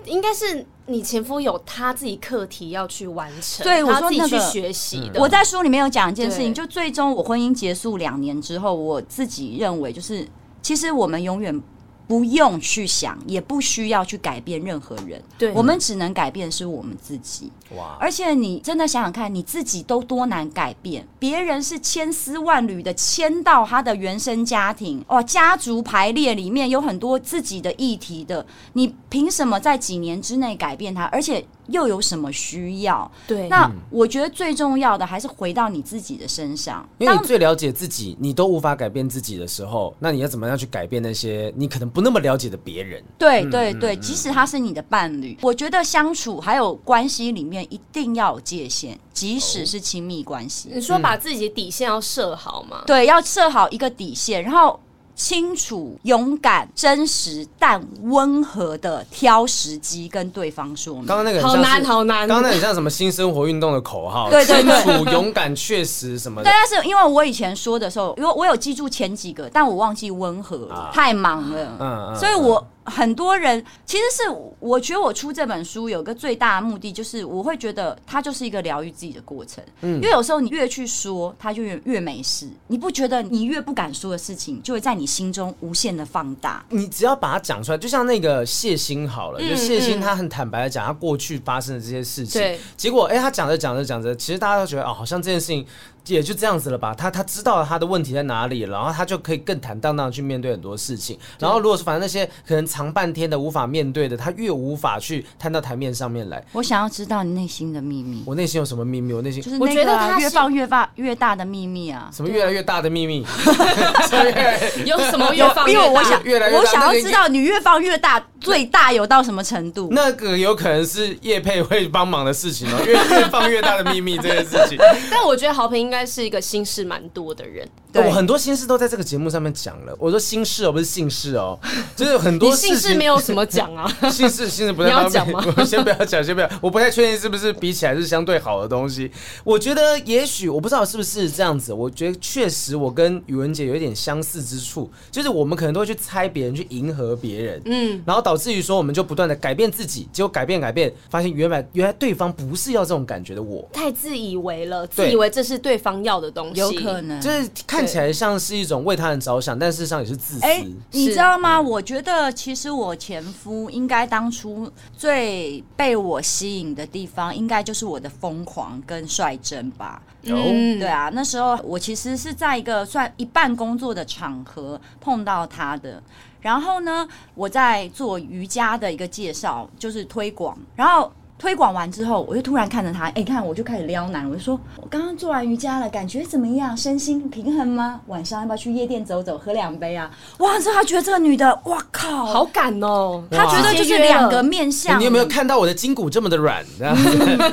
应该是你前夫有他自己课题要去完成，
对我
他
说
自己
那
去
个
学习的。
我在书里面有讲一件事情，
对
就最终我婚姻结束两年之后，我自己认为就是，其实我们永远不用去想，也不需要去改变任何人，
对
我们只能改变是我们自己。
哇，
而且你真的想想看，你自己都多难改变，别人是千丝万缕的迁到他的原生家庭哦，家族排列里面有很多自己的议题的，你凭什么在几年之内改变他？而且又有什么需要？
对，
嗯
那我觉得最重要的还是回到你自己的身上。
因为你最了解自己，你都无法改变自己的时候，那你要怎么样去改变那些你可能不那么了解的别人？
对对
嗯
对，即使他是你的伴侣，我觉得相处还有关系里面一定要有界
哦
限，即使是亲密关系，
你说把自己的底线要设好 嘛？
对，要设好一个底线，然后。清楚、勇敢、真实但温和的挑时机跟对方说明。
刚刚那个很
好
像是
难，好难。
刚刚那很像什么新生活运动的口号，
对对对
清楚、勇敢、确实什么的
对，。但是因为我以前说的时候，因为我有记住前几个，但我忘记温和了，太忙了，
啊嗯嗯
所以我很多人其实是我觉得我出这本书有个最大的目的，就是我会觉得它就是一个疗愈自己的过程，
嗯
因为有时候你越去说，它就越越没事，你不觉得你越不敢说的事情，就会在你心中无限的放大。
你只要把它讲出来，就像那个谢欣好了，就谢欣他很坦白的讲他过去发生的这些事情，
对
结果哎、他讲着讲着讲着，其实大家都觉得哦，好像这件事情也就这样子了吧，他他知道了他的问题在哪里，然后他就可以更坦荡荡地去面对很多事情。然后如果是反正那些可能藏半天的无法面对的，他越无法去摊到台面上面来。
我想要知道你内心的秘密，
我内心有什么秘密？我内心
就是
我
那
觉得
个啊
它是
越放越大越大的秘密啊。
什么越来越大的秘密？ 什么越来越
有什么越放越
因
大
为我想，
越来越大
我想
那
要
个
知道你越放越大，最大有到什么程度？
那个有可能是叶佩会帮忙的事情哦，越越放越大的秘密这件事情。
但我觉得豪平应该是一个心事蛮多的人。
对
哎我很多心事都在这个节目上面讲了。我说心事哦，不是姓氏 哦，就是有很
你
多
姓
事
氏
情
没。有什么讲啊？
姓氏姓氏不在
你要
方
讲
面
吗，
我先不要讲，先不要。我不太确定是不是比起来是相对好的东西。我觉得也许我不知道是不是这样子。我觉得确实我跟宇文姐有一点相似之处，就是我们可能都会去猜别人，去迎合别人，嗯，然后导致于说我们就不断的改变自己，结果改变改变，发现原来原来对方不是要这种感觉的我。
太自以为了，
对
自以为这是对方要的东西，
有可。
嗯
能
就。是看起来像是一种为他人着想，但事实上也是嗯自私。
哎、你
是
知道吗？我觉得其实我前夫应该当初最被我吸引的地方，应该就是我的疯狂跟率真吧。
嗯，
对啊，那时候我其实是在一个算一半工作的场合碰到他的。然后呢，我在做瑜伽的一个介绍，就是推广。然后推广完之后，我就突然看着他，哎，你看我就开始撩男，我就说我刚刚做完瑜伽了，感觉怎么样？身心平衡吗？晚上要不要去夜店走走，喝两杯啊？哇，之后他觉得这个女的，哇靠，
好感哦。
他觉得就是两个面相。
你有没有看到我的筋骨这么 的软？这样子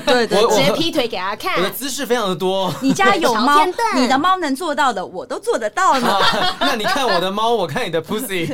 对对
我
直接
我
劈腿给他看
我，的姿势非常的多。
你家有猫
小天，蛋
你的猫能做到的，我都做得到呢。
啊 那你看我的猫，我看你的 pussy。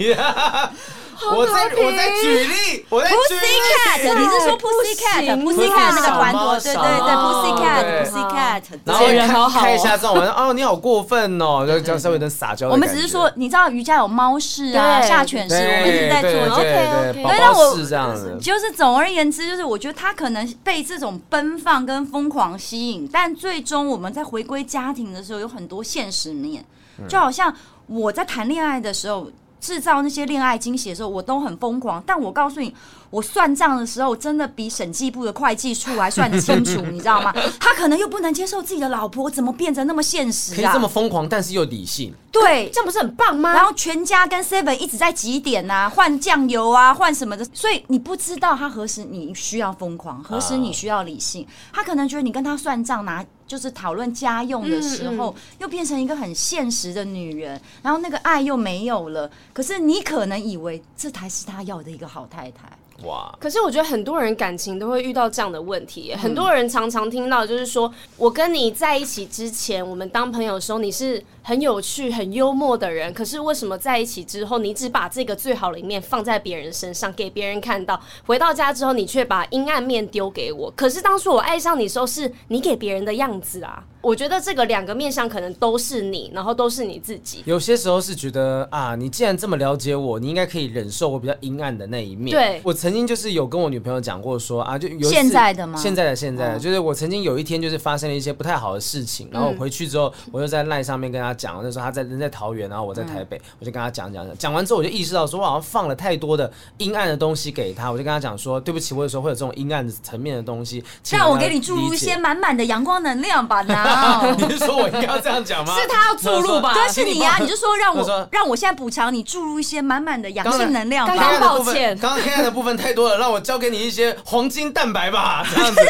我在
好难评
我在举例，我在举例。
Pussycat，你是说
不行
Pussycat？Pussycat 那个团
猫
朵，
小
对对
猫对
对
然
，Pussycat，Pussycat。
后
这人好
看
好哦
看一下这种，我说哦，你好过分 哦，就这样稍微有点撒娇的
我们
感
只是
觉
说，你知道瑜伽有猫式啊、
对
下犬式，
对，
我们一直在做这
对对
个。
对
OK，OK
对，
对
宝
但
宝
我
是这样子。
就是总而言之，就是我觉得他可能被这种奔放跟疯狂吸引，但最终我们在回归家庭的时候，有很多现实面。
嗯
就好像我在谈恋爱的时候。制造那些恋爱惊喜的时候，我都很疯狂。但我告诉你，我算账的时候，真的比审计部的会计处还算清楚，你知道 吗？他可能又不能接受自己的老婆怎么变得那么现
可
实
以
啊？
这么疯狂，但是又理性。
对，
这样不是很棒
啊
吗？
然后全家跟 Seven 一直在几点呐、换酱油啊，换什么的，所以你不知道他何时你需要疯狂，
嗯
何时你需要理性。他可能觉得你跟他算账拿。就是讨论家用的时候，
嗯
又变成一个很现实的女人，然后那个爱又没有了。可是你可能以为这才是他要的一个好太太，
哇，
可是我觉得很多人感情都会遇到这样的问题耶，
嗯
很多人常常听到就是说，我跟你在一起之前，我们当朋友的时候你是很有趣、很幽默的人，可是为什么在一起之后，你只把这个最好的一面放在别人身上，给别人看到，回到家之后，你却把阴暗面丢给我？可是当初我爱上你的时候，是你给别人的样子啊。我觉得这个两个面相可能都是你，然后都是你自己。
有些时候是觉得啊，你既然这么了解我，你应该可以忍受我比较阴暗的那一面。
对
我曾经就是有跟我女朋友讲过说啊，就有一次
现在的吗哦
现在的现在的，就是我曾经有一天就是发生了一些不太好的事
嗯
情，然后我回去之后，我就在赖上面跟她讲，那时候她在人在桃园，然后我在台北，
嗯
我就跟她讲讲讲，讲完之后我就意识到说我好像放了太多的阴暗的东西给她，我就跟她讲说，对不起，我有时候会有这种阴暗的层面的东西，请
让我
原谅
给你注入一
理解
些满满的阳光能量 吧。now
你是说 我应该要这样讲吗？
是他要注入 吧
对，是你呀、啊！你就说让
我说
我让我现在补偿你，注入一些满满的阳性能量吧。
刚
黑
刚
暗的部
抱
分
歉
刚刚黑暗的部分太多了，让我交给你一些黄金蛋白吧，这样子。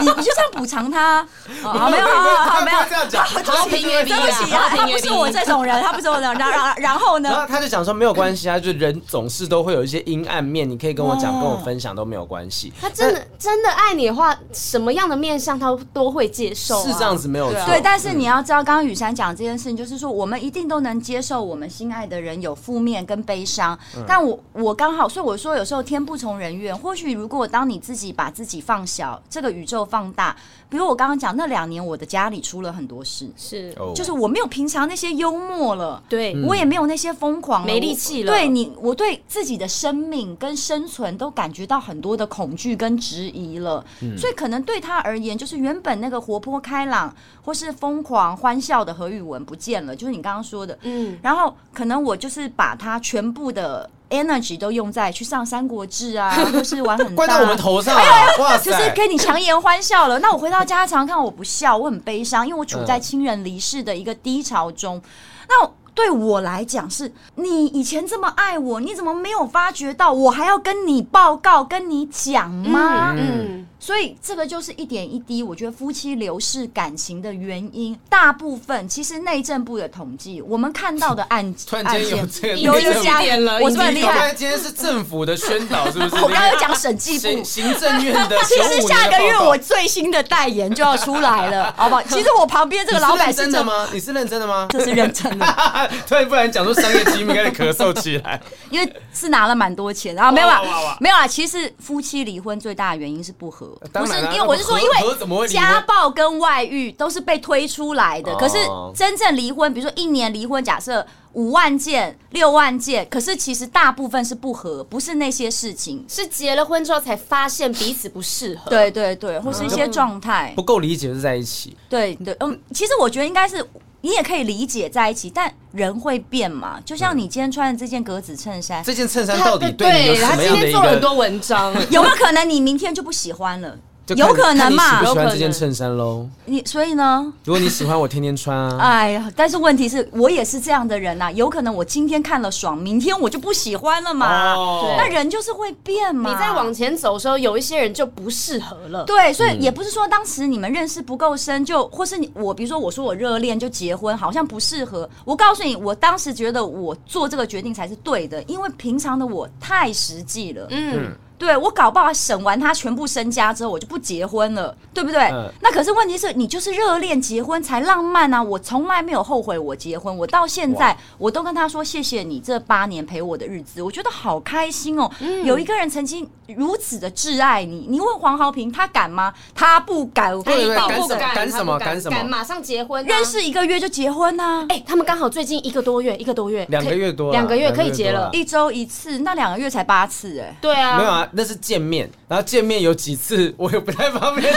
你你就这样补偿 他，哦好没有，好好好没有
不要这样讲
好对不起
好评也 比
对不起啊，
好
他
评也
不
比
是我这种人，他不是我这种人。然然然后
然
呢
后？他就讲说没有关系啊，就人总是都会有一些阴暗面，你可以跟我讲，跟我分享都没有关系。
他真的真的爱你的话，什么样的面相他都会接受、啊。
是这样子没有错，
对，但是你要知道，刚刚雨珊讲这件事情，就是说我们一定都能接受我们心爱的人有负面跟悲伤，但我我刚好，所以我说有时候天不从人愿。或许如果当你自己把自己放小，这个宇宙放大，比如我刚刚讲那两年，我的家里出了很多事，
是
哦
就是我没有平常那些幽默了，
对，
嗯
我也没有那些疯狂了，
没力气了
我对你，我对自己的生命跟生存都感觉到很多的恐惧跟质疑了。
嗯
所以可能对他而言，就是原本那个活泼开朗或是疯狂欢笑的何宇文不见了，就是你刚刚说的。
嗯，
然后可能我就是把他全部的 energy 都用在去上《三国志》 啊，或是玩很大。
怪到我们头上啊！哇
就是
塞，
给你强颜欢笑了。那我回到家常看我不笑，我很悲伤，因为我
嗯
处在亲人离世的一个低潮中。那对我来讲是，你以前这么爱我，你怎么没有发觉到？我还要跟你报告，跟你讲吗？
嗯，
所以这个就是一点一滴，我觉得夫妻流逝感情的原因，大部分其实内政部的统计，我们看到的案
突然
案
间有
件
这个
有
内政
一家
部点了
我是不是很
已
厉
经
我
害？
看今天是政府的宣导，是不是？
我刚刚有讲审计部
行，行政院的95
其
年的报告。
实下个月我最新的代言就要出来了， 好不好？其实我旁边这
你
个
是
老板
认
是
真
这
的？ 吗？你是认真的吗？
这是认真 的，
突然不然讲出商业机密，开始咳嗽起来。
因为是拿了蛮多钱，啊然后没有
哇哇哇哇呃
啦，没有啦。其实夫妻离婚最大的原因是不和，
当
不是
然啦啊
因为我是说，因
那不和怎么会
为
离婚
家暴跟外遇都是被推出来的
哦。
可是真正离婚，比如说一年离婚，假设五万件、六万件，可是其实大部分是不和，不是那些事情。
是结了婚之后才发现彼此不适合。
对对对，或是一
嗯
些状态。
不够理解就在一起，
对对，嗯，其实我觉得应该是你也可以理解在一起，但人会变嘛。就像你今天穿的这件格子衬衫，
嗯这件衬衫
他
到底对你有什么
他今
样的
天
一
做了
个？
很多文章，
有没有可能你明天就不喜欢了？
就看
有可能嘛
看你喜不喜欢
有可能
这件衬衫喽？
你所以呢？
如果你喜欢，我天天穿啊。
哎呀，但是问题是我也是这样的人呐、啊有可能我今天看了爽，明天我就不喜欢了嘛。
哦
那人就是会变嘛。
你在往前走的时候，有一些人就不适合了。
对，所以也不是说当时你们认识不够深，就或是你我，比如说我说我热恋就结婚，好像不适合。我告诉你，我当时觉得我做这个决定才是对的，因为平常的我太实际了。
嗯，
对我搞不好省完他全部身家之后，我就不结婚了，对不对？
嗯
那可是问题是你就是热恋结婚才浪漫啊！我从来没有后悔我结婚，我到现在我都跟他说谢谢你这八年陪我的日子，我觉得好开心哦。有一个人曾经如此的挚爱你，你问黄豪平他敢吗？他不敢，我跟
对
你
对
保
敢
不
什么
敢。
赶什么
赶
赶什么
赶马上结婚啊，
认识一个月就结婚啊。
哎，他们刚好最近一个多月，一个多月，
两个
可以
月多啦，
两个月可以结
多啦啊
了。
一周一次，那两个月才八次哎、
对啊，
没有啊，那是见面，然后见面有几次我也不太方便。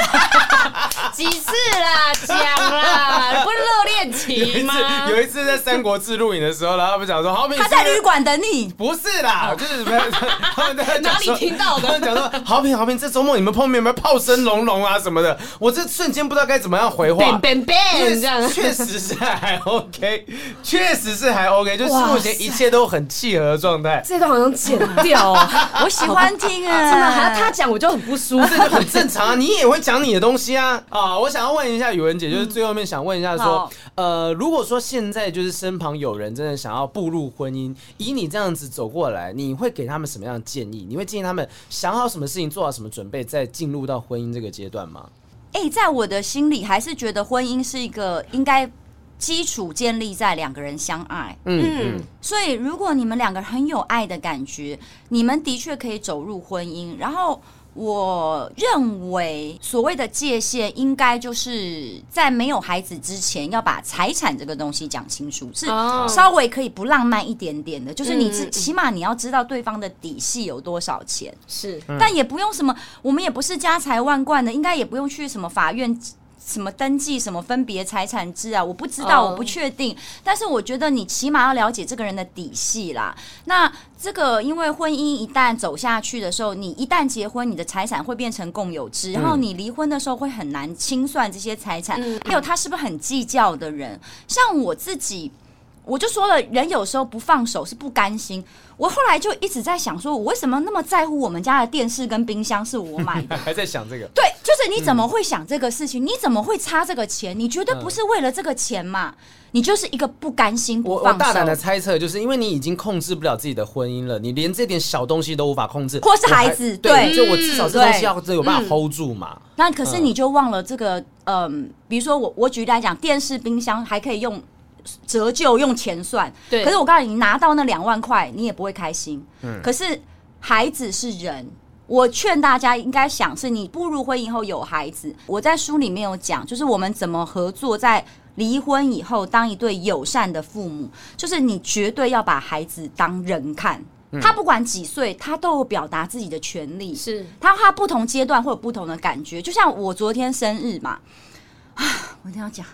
几次啦，讲啦，不是热恋期吗？
有一次在《三国志》录影的时候，然后他们讲说，好，我们
他在旅馆等你，
不是啦，就是没有他们在讲说
哪里听到的
他们讲说，好平好平，这周末你们碰面有没有炮声隆隆啊什么的？我这瞬间不知道该怎么样回话
bang。bang bang 这样。
确实是还 OK，确实是还 OK，就是目前一切都很契合的状态，
这段好像剪掉啊，
我喜欢听啊，
真的还要他讲我就很不舒
这
服。
就很正常啊。你也会讲你的东西啊啊！我想要问一下宇文姐，就是最后面想问一下说
好，
呃，如果说现在就是身旁有人真的想要步入婚姻，以你这样子走过来，你会给他们什么样的建议？你会建议他们想好什么事情，做好什么准备，再进入到婚姻这个阶段吗？
哎、在我的心里还是觉得婚姻是一个应该基础建立在两个人相爱。
嗯
嗯
嗯，
所以，如果你们两个很有爱的感觉，你们的确可以走入婚姻。然后，我认为所谓的界限，应该就是在没有孩子之前，要把财产这个东西讲清楚，是
哦
稍微可以不浪漫一点点的，就是你
嗯
自
嗯嗯
起码你要知道对方的底细有多少钱。
是
但也不用什么，我们也不是家财万贯的，应该也不用去什么法院。什么登记什么分别财产制啊？我不知道
哦
我不确定。但是我觉得你起码要了解这个人的底细啦。那这个，因为婚姻一旦走下去的时候，你一旦结婚，你的财产会变成共有
嗯
制，然后你离婚的时候会很难清算这些财产。
嗯
还有他是不是很计较的人？像我自己，我就说了，人有时候不放手是不甘心。我后来就一直在想，说我为什么那么在乎我们家的电视跟冰箱是我买的？
还在想这个。
对，就是你怎么会想这个事情？你怎么会差这个钱？你绝对不是为了这个钱嘛？你就是一个不甘心、
我
不
我
放
大胆的
手，
猜测，就是因为你已经控制不了自己的婚姻了，你连这点小东西都无法控制，
或是
我还
孩子
对，
对嗯
就我至少这东
对
西要有办法 hold 住嘛。
那可是你就忘了这个，嗯，比如说我我举例来讲，电视、冰箱还可以用折旧、用钱算，
对
可是我告诉你，你拿到那两万块，你也不会开心。可是孩子是人。我劝大家应该想是，你步入婚姻后有孩子，我在书里面有讲，就是我们怎么合作，在离婚以后当一对友善的父母，就是你绝对要把孩子当人看，他不管几岁，他都有表达自己的权利，
是，
他他不同阶段会有不同的感觉。就像我昨天生日嘛， 啊，我一定要讲。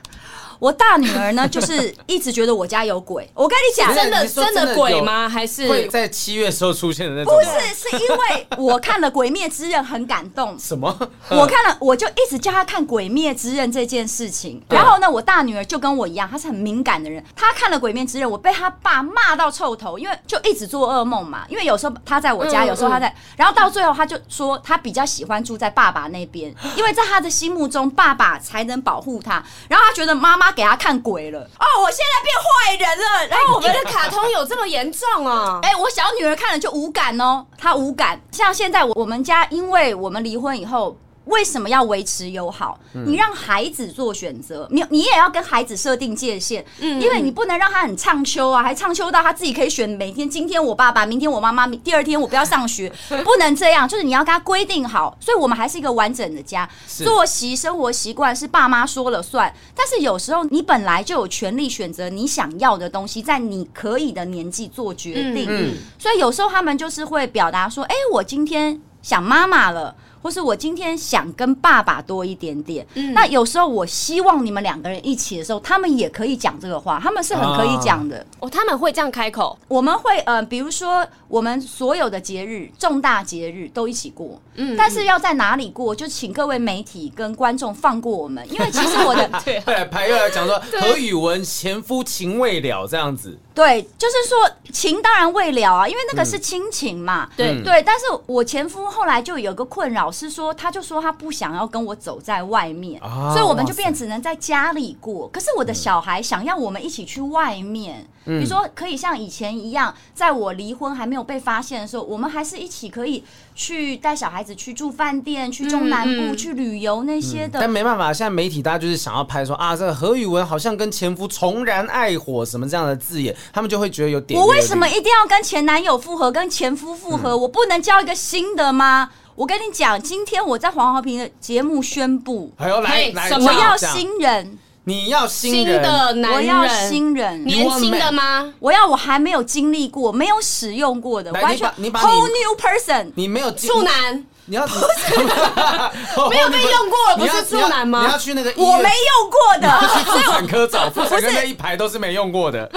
我大女儿呢，就是一直觉得我家有鬼。我跟你讲，
真
真
的
的
你说真
哎真
的
的鬼
有
吗？还是
会在七月时候出现的那种
不
吗，
是是因为我看了《鬼灭之刃》很感动，
什么？
嗯
我看了，我就一直叫她看《鬼灭之刃》这件事情。然后呢，我大女儿就跟我一样，她是很敏感的人。她看了《鬼灭之刃》，我被她爸骂到臭头，因为就一直做噩梦嘛。因为有时候她在我家，
嗯
有时候她在，然后到最后她就说她比较喜欢住在爸爸那边，因为在她的心目中，爸爸才能保护她。然后她觉得妈妈给她看鬼了，哦，我现在变坏人了。然
哦
后我
我
们
们的卡通有这么严重啊？
哎、我小女儿看了就无感哦，她无感。像现在我我们家，因为我们离婚以后，为什么要维持友好？你让孩子做选择，你你也要跟孩子设定界限，
嗯
因为你不能让他很畅秋啊，还畅秋到他自己可以选每天，今天我爸爸，明天我妈妈，明第二天我不要上学，不能这样。就是你要跟他规定好，所以我们还是一个完整的家，
是
作息、生活习惯是爸妈说了算，但是有时候你本来就有权利选择你想要的东西，在你可以的年纪做决定。
嗯，
所以有时候他们就是会表达说：“哎、我今天想妈妈了。”或是我今天想跟爸爸多一点点，
嗯
那有时候我希望你们两个人一起的时候，他们也可以讲这个话，他们是很可
啊
以讲的。
哦，他们会这样开口，
我们会呃，比如说我们所有的节日、重大节日都一起过，嗯，但是要在哪里过，就请各位媒体跟观众放过我们，因为其实我
啊
的
后来排又来讲说何宇文前夫情未了这样子，
对，就是说情当然未了啊，因为那个是亲情嘛。
对
对，但是我前夫后来就有个困扰是说，他就说他不想要跟我走在外面，
啊
所以我们就
哇塞
变只能在家里过。可是我的小孩想要我们一起去外面，
嗯
比如说可以像以前一样，在我离婚还没有被发现的时候，我们还是一起可以去带小孩子去住饭店、去
嗯
中南部、去旅游那些的。
但没办法，现在媒体大家就是想要拍说啊，这个何宇文好像跟前夫重燃爱火什么这样的字眼，他们就会觉得有点。嗯
我为什么一定要跟前男友复合，跟前夫复合？我不能交一个新的吗？我跟你讲，今天我在黄豪平的节目宣布，
哎呦，来
嘿
来，
什
我
么
这样
要
这样
新人。
你要
新
新人，
的男人，
我要新人，
年轻的吗？
我要我还没有经历过、没有使用过的，
来
完全
你把你把
whole new person。
你没有经
处，男
你要 没
没有被用过了，不是处男
你要
吗？
去那个医院
我没用过的，
去妇产科找，妇产科那一排都是没用过的，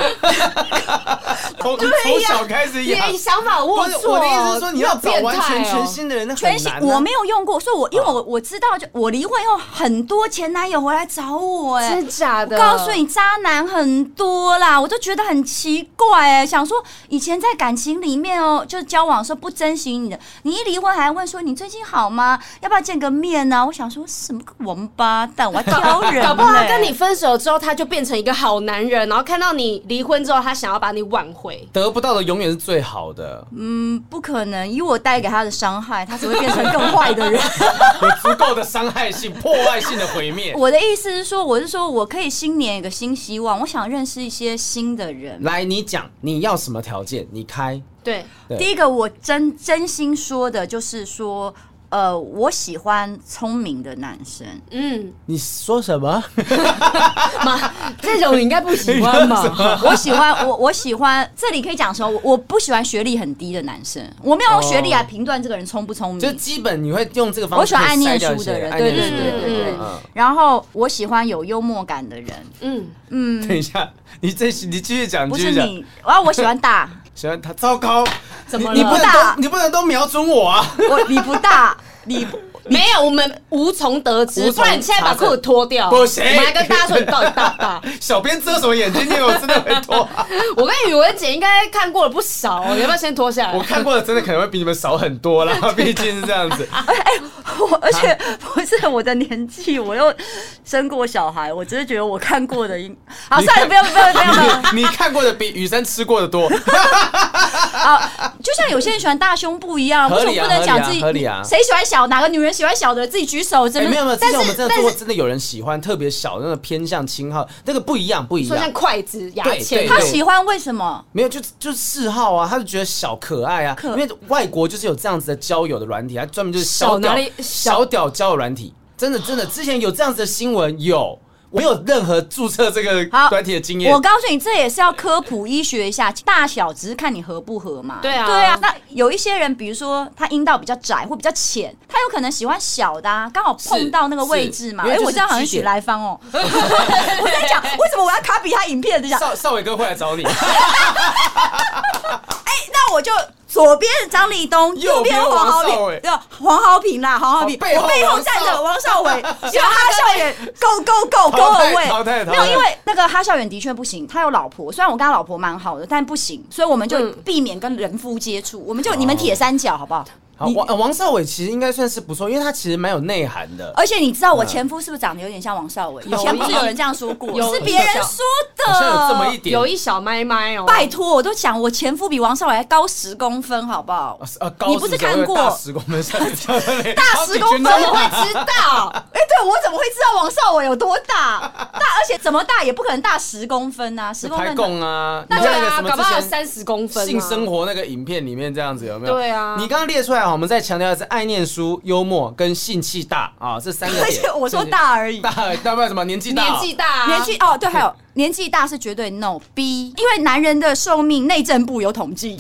从从小开始
你
养。
的想法龌
不是
龊。哦
我的意思是说，你要
好
找
变态
完全
哦
全新的人，那
全
很
新
难啊。哦
我没有用过，所以我因为我我知道，就我离婚以后，很多前男友回来找我、哎，
真假
我
的？
告诉你，渣男很多啦，我就觉得很奇怪、哎，想说以前在感情里面哦，就是交往的时候不珍惜你的，你一离婚还问说你最近好吗？要不要见个面啊呢、我想说什么个王八蛋， 我还挑人、
搞不好他
哎
跟你分手之后，他就变成一个好男人，然后看到你离婚之后，他想要把你挽回。
得不到的永远是最好的，
嗯不可能，以我带给他的伤害，他只会变成更坏的 人。
有足够的伤 害性、破坏性的毁灭。
我的意思是说，我是说我可以新年有个新希望，我想认识一些新的人。
来，你讲你要什么条件，你开。
对，
对
第一个，我真真心说的就是说，呃，我喜欢聪明的男生，
嗯，
你说什 么？
妈，这种你应该 不喜欢吧？
我喜欢我我喜欢这里可以讲说，我我不喜欢学历很低的男生，我没有用学历来评断这个人聪不聪
就
明。
基本你会用这个方式。
我喜欢爱念书的人
爱念
对
书
对
的
对对对
嗯嗯
然后我喜欢有幽默感的人，
嗯，
嗯等一下，你这你继续讲，
不
继续
是
讲。
你，然后我喜欢 大，
喜欢他，糟糕，
怎么
你你
了
不能
大
都你不能都瞄准我啊！
我你不大，你
没有，我们无从得
无
知。
从
不然你现在把裤子脱掉，
不行
我们来跟大家说你到底大不 大。
小编遮什么眼睛？因为我真的会 脱啊、
我跟宇文姐应该看过了不少哦，你要不要先脱下
我
来？
看过的真的可能会比你们少很多啦， 毕竟是这样子。
我而且
啊
不是我的年纪，我又生过小孩，我只是觉得我看过的应， 好，算了，不要不要不要不要。
你看过的比雨山吃过的多，
啊，就像有些人喜欢大胸部一样，为
合
什么
理啊
不能讲自己？
合理啊合理啊
谁喜欢小？哪个女人喜欢小的？自己举手，真
哎、
的、
没有没有，之
但
前我们
是
真的
但
做过，
是
真的有人喜欢特别小的那个偏向轻号，那个不一样不一
说像
样，
筷子、牙
对
签，
对
他喜欢为什么？
没有就就嗜好啊，他就觉得小可爱啊，
可
因为外国就是有这样子的交友的软体，他专门就是小
小
屌
哪里小
小屌交友软体，真的真的，之前有这样子的新闻有。我没有任何注册这个
好
软体的经验
我，告诉你，这也是要科普医学一下，大小只是看你合不合嘛。
对啊
对啊。那有一些人，比如说他阴道比较窄或比较浅，他有可能喜欢小的、啊，刚好碰到那个位置嘛。
是
哎、
是因为
我这样好像
就是基
许
点
来芳哦。 我在讲为什么我要卡比他影片，就讲
少少伟哥会来找你，
那我就左边是张立东，
右
右边
边
是黄豪
王少伟
平，对，黄豪平啦，黄豪平，
哦背后
我背后站着王少 伟，因为哈笑远够够够够
淘
二
汰淘汰
位，
淘汰
没有，因为那个哈笑远的确不行，他有老婆，虽然我跟他老婆蛮好的，但不行，所以我们就
嗯
避免跟人夫接触，我
哦
们就你们铁三角好不好？
好，王呃王少伟其实应该算是不错，因为他其实蛮有内涵的。
而且你知道我前夫是不是长得有点像王少伟？以前不是有人这样说过，
有
是别人说的，
好像有这么一点
有一小麦麦哦，
拜托，我都讲我前夫比王少伟还高十公分，好不好？
呃，高
你不是看过
大十公分，大
大 十公分，
怎么会知道？
哎、对我怎么会知道王少伟有多大？大，而且怎么大也不可能大十公分啊，十公
排
分
供啊，你
那
看
对
那个什
啊，
么
搞不好
之前
三十公分、啊。
性生活那个影片里面这样子有没有？
对啊
你刚刚列出来啊，我们再强调一次，爱念书、幽默跟性气大啊，这三个点。
而且哎 我说大而已。
大，大不然什么年纪大
年
啊？
纪大、啊，
年 纪哦，对，还有年纪大是绝对 no B，因为男人的寿命内政部有统计，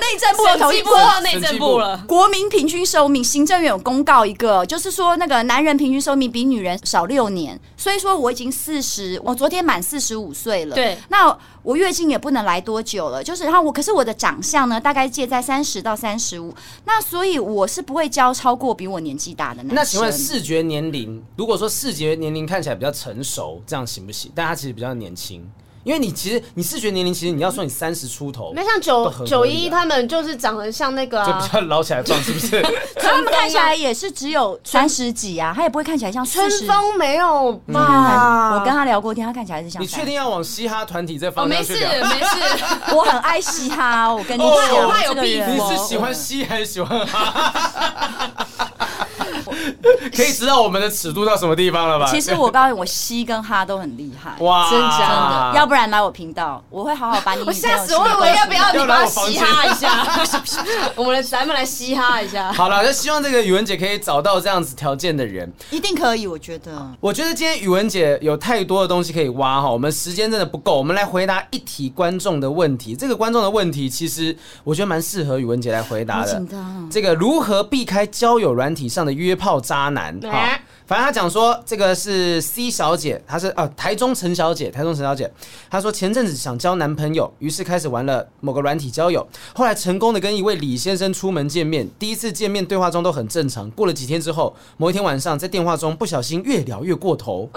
内政部有统
审
计
计部到内政部了。
国民平均寿命，行政院有公告一个，就是说那个男人平均寿命比女人少六年，所以说我已经四十，我昨天满四十五岁了。
对
那我月经也不能来多久了，就是然后我，可是我的长相呢，大概介在三十到三十五，那所以我是不会交超过比我年纪大的男生。
那请 问视觉年龄，如果说视觉年龄看起来比较成熟，这样行不行？但他其实比较年轻，因为你其实你视觉年龄，其实你要说你三十出头，
那像
都
九
很合理啊
九一他们就是长得像那个、
就比
啊、
较捞起来放，是不是？
可他们看起来也是只有三十几啊，他也不会看起来像
春
40。
风没有
嗯
吧？
我跟他聊过天，他看起来是像。
你确定？要往嘻哈团体这
哦，
方
没
向
事
去
没
聊？
事，
我很爱嘻哈，我跟你
哦
讲，
我怕
这
有
个
beef
人
你
哦
是喜欢嘻还是喜欢哈？ 可以知道我们的尺度到什么地方了吧？
其实我告诉你，我西跟哈都很厉害，
哇，
真假
要不然来我频道，我会好好把你 女
我
朋
吓
友
死我！以
气
为要不要
要来
你帮
我
我
房
嘻
间
哈一下？ 我们来，咱们来嘻哈一下。
好了，就希望这个宇文姐可以找到这样子条件的人。
一定可以，我觉得。
我觉得今天宇文姐有太多的东西可以挖哈，我们时间真的不够，我们来回答一题观众的问题。这个观众的问题其实我觉得蛮适合宇文姐来回答
好
的
紧张哦。
这个如何避开交友软体上的约炮渣男？哈
哎，
反正他讲说这个是 C 小姐，她是啊台中陈小姐，台中陈小姐，她说前阵子想交男朋友，于是开始玩了某个软体交友，后来成功的跟一位李先生出门见面，第一次见面对话中都很正常，过了几天之后，某一天晚上在电话中不小心越聊越过头。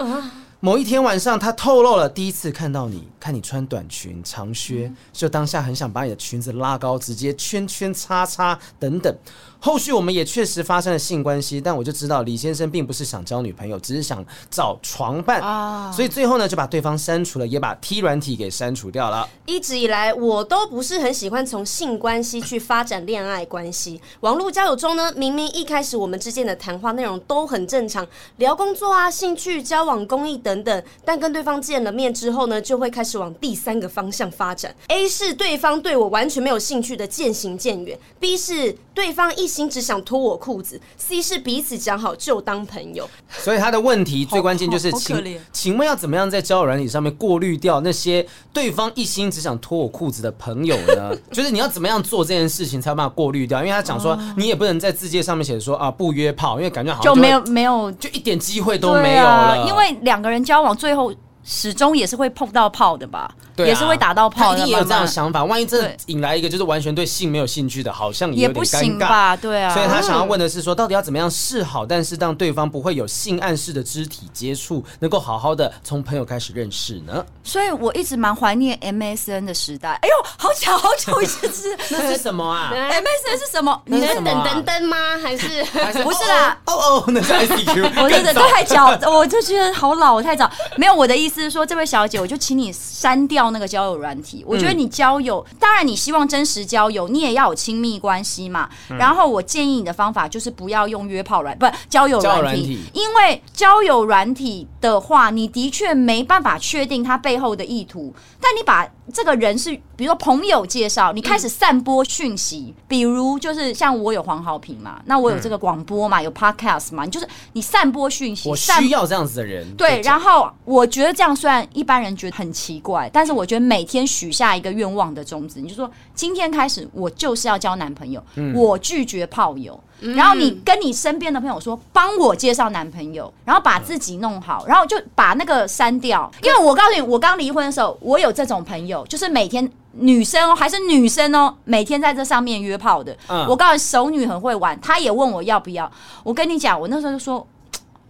某一天晚上，他透露了第一次看到你，看你穿短裙、长靴，就当下很想把你的裙子拉高，直接圈圈叉叉等等。后续我们也确实发生了性关系，但我就知道李先生并不是想交女朋友，只是想找床伴，所以最后呢就把对方删除了，也把 T 软体给删除掉了。
一直以来，我都不是很喜欢从性关系去发展恋爱关系。网络交友中呢，明明一开始我们之间的谈话内容都很正常，聊工作啊、兴趣、交往、公益等等，但跟对方见了面之后呢，就会开始往第三个方向发展。A 是对方对我完全没有兴趣的渐行渐远，B 是对方一心只想脱我裤子，C 是彼此讲好就当朋友。
所以他的问题最关键就是，
好好好可
请
怜
请问要怎么样在交友软体上面过滤掉那些对方一心只想脱我裤子的朋友 呢？就是你要怎么样做这件事情才有办法过滤掉？因为他讲说，你也不能在字界上面写说啊不约炮，因为感觉好像
哦就
会
没有没有
就一点机会都
对
没有了，
啊，因为两个人交往最后始终也是会碰到炮的吧，
对啊
也是会打到炮的
他一
嘛，
定也有这
慢
样的
慢
想法，万一真的
对
引来一个就是完全对性没有兴趣的，好像
也
有点
不
尴
行
尬。
吧？对啊，
所以他想要问的是说，到底要怎么样示好，但是让对方不会有性暗示的肢体接触，能够好好的从朋友开始认识呢？
所以我一直蛮怀念 MSN 的时代。哎呦，好巧，好久以前 是
那是什么啊？
哎
MSN 是什么？
你
你
是
是
什
等
么啊
等等吗？还是？
不是啦？
哦哦，那是 ICQ，
我真的
更早
太早，我就觉得好老，我太早。没有，我的意思是说，这位小姐，我就请你删掉那个交友软体。我觉得你交友，当然你希望真实交友，你也要有亲密关系嘛。
嗯
然后我建议你的方法就是不要用约炮软，不交友
交
软
友软
体
体，
因为交友软体的话，你的确没办法确定他背后的意图。但你把这个人是，比如说朋友介绍，你开始散播讯息，比如就是像我有黄好平嘛，那我有这个广播嘛，有 podcast 嘛，你就是你散播讯息，
我
散
需要这样子的人。
对，
就
然后我觉得这样虽然一般人觉得很奇怪，但是我觉得每天许下一个愿望的宗旨，你就说今天开始我就是要交男朋友，
嗯
我拒绝炮友。然后你跟你身边的朋友说，帮我介绍男朋友，然后把自己弄
嗯
好，然后就把那个删掉。因为我告诉你，我刚离婚的时候，我有这种朋友，就是每天女生哦，还是女生哦，每天在这上面约炮的。
嗯
我告诉你，熟女很会玩，她也问我要不要。我跟你讲，我那时候就说。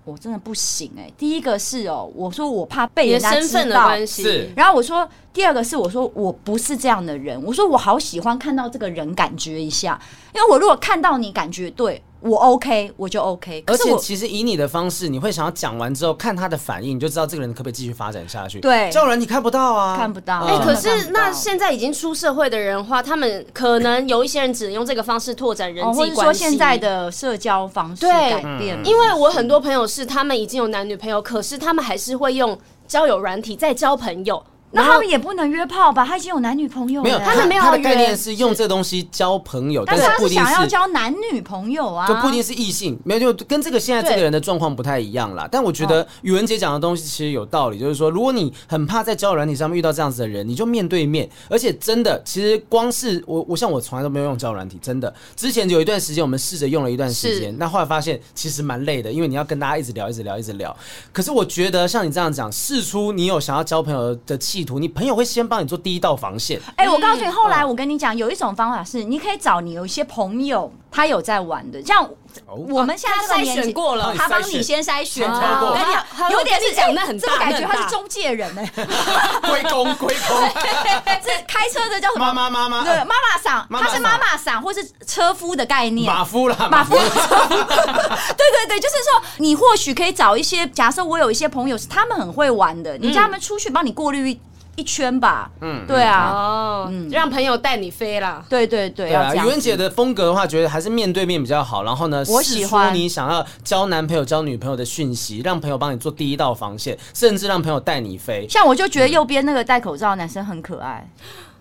我真的不行哎、第一个是哦，我说我怕被
你的
人家
身份
知
的
道，
关系
是
然后我说第二个是我说我不是这样的人，我说我好喜欢看到这个人感觉一下，因为我如果看到你感觉对我 OK 我就 OK，可
而
是
且
我
其实以你的方式，你会想要讲完之后看他的反应，你就知道这个人可不可以继续发展下去。
对
叫人你看不到啊，
看不到
嗯
哎、
真的办
可是
不
那
到
现在已经出社会的人的话，他们可能有一些人只能用这个方式拓展人
哦，或
际
者说
关系。
现在，的社交方式
对
改变了，
因为我很多朋友是他们已经有男女朋友，可是他们还是会用交友软体在交朋友。
那
然
他
后
们也不能约炮吧？他已经有男女朋友了，
没有，
他们没有
他的
约
概念是用这东西交朋友，
但是
是
他
不
是
一定
想要
是。
交男女朋友啊，
就不一定是异性，没有就跟这个现在这个
对
人的状况不太一样啦。但我觉得宇文姐讲的东西其实有道理，就是说，如果你很怕在交友软体上面遇到这样子的人，你就面对面。而且真的，其实光是我，我像我从来都没有用交友软体，真的。之前有一段时间我们试着用了一段时间
是，
那后来发现其实蛮累的，因为你要跟大家一直聊，一直聊，一直聊。可是我觉得像你这样讲，试出你有想要交朋友的企图，你朋友会先帮你做第一道防线。
哎、我告诉你，
嗯
后来我跟你讲，有一种方法是，你可以找你有一些朋友，他有在玩的，像
哦
我们现在这个年纪
他筛选过了
他帮你先筛选
他筛选
我跟你
他
讲，有点
我
是
跟你讲
哎
那很大
这个感
那
觉
很
他
大
是中介人 哎、
归功，归功，
这开车的叫什么？
妈妈妈妈
对，妈妈桑，
妈妈
他是妈妈桑或是车夫的概念。
马夫啦，
马夫，对对对，就是说，你
嗯
或许可以找一些，假设我有一些朋友是他们很会玩的，你叫他们出去帮你过滤一一圈吧。
嗯，
对啊，
哦，让朋友带你飞啦。
对对对，
对
要
啊，
这
宇
样
文
子。
姐的风格的话，觉得还是面对面比较好。然后呢，
我
试
喜
出
欢
你想要交男朋友、交女朋友的讯息，让朋友帮你做第一道防线，甚至让朋友带你飞。
像我就觉得右边那个戴口罩的男生很可爱，哎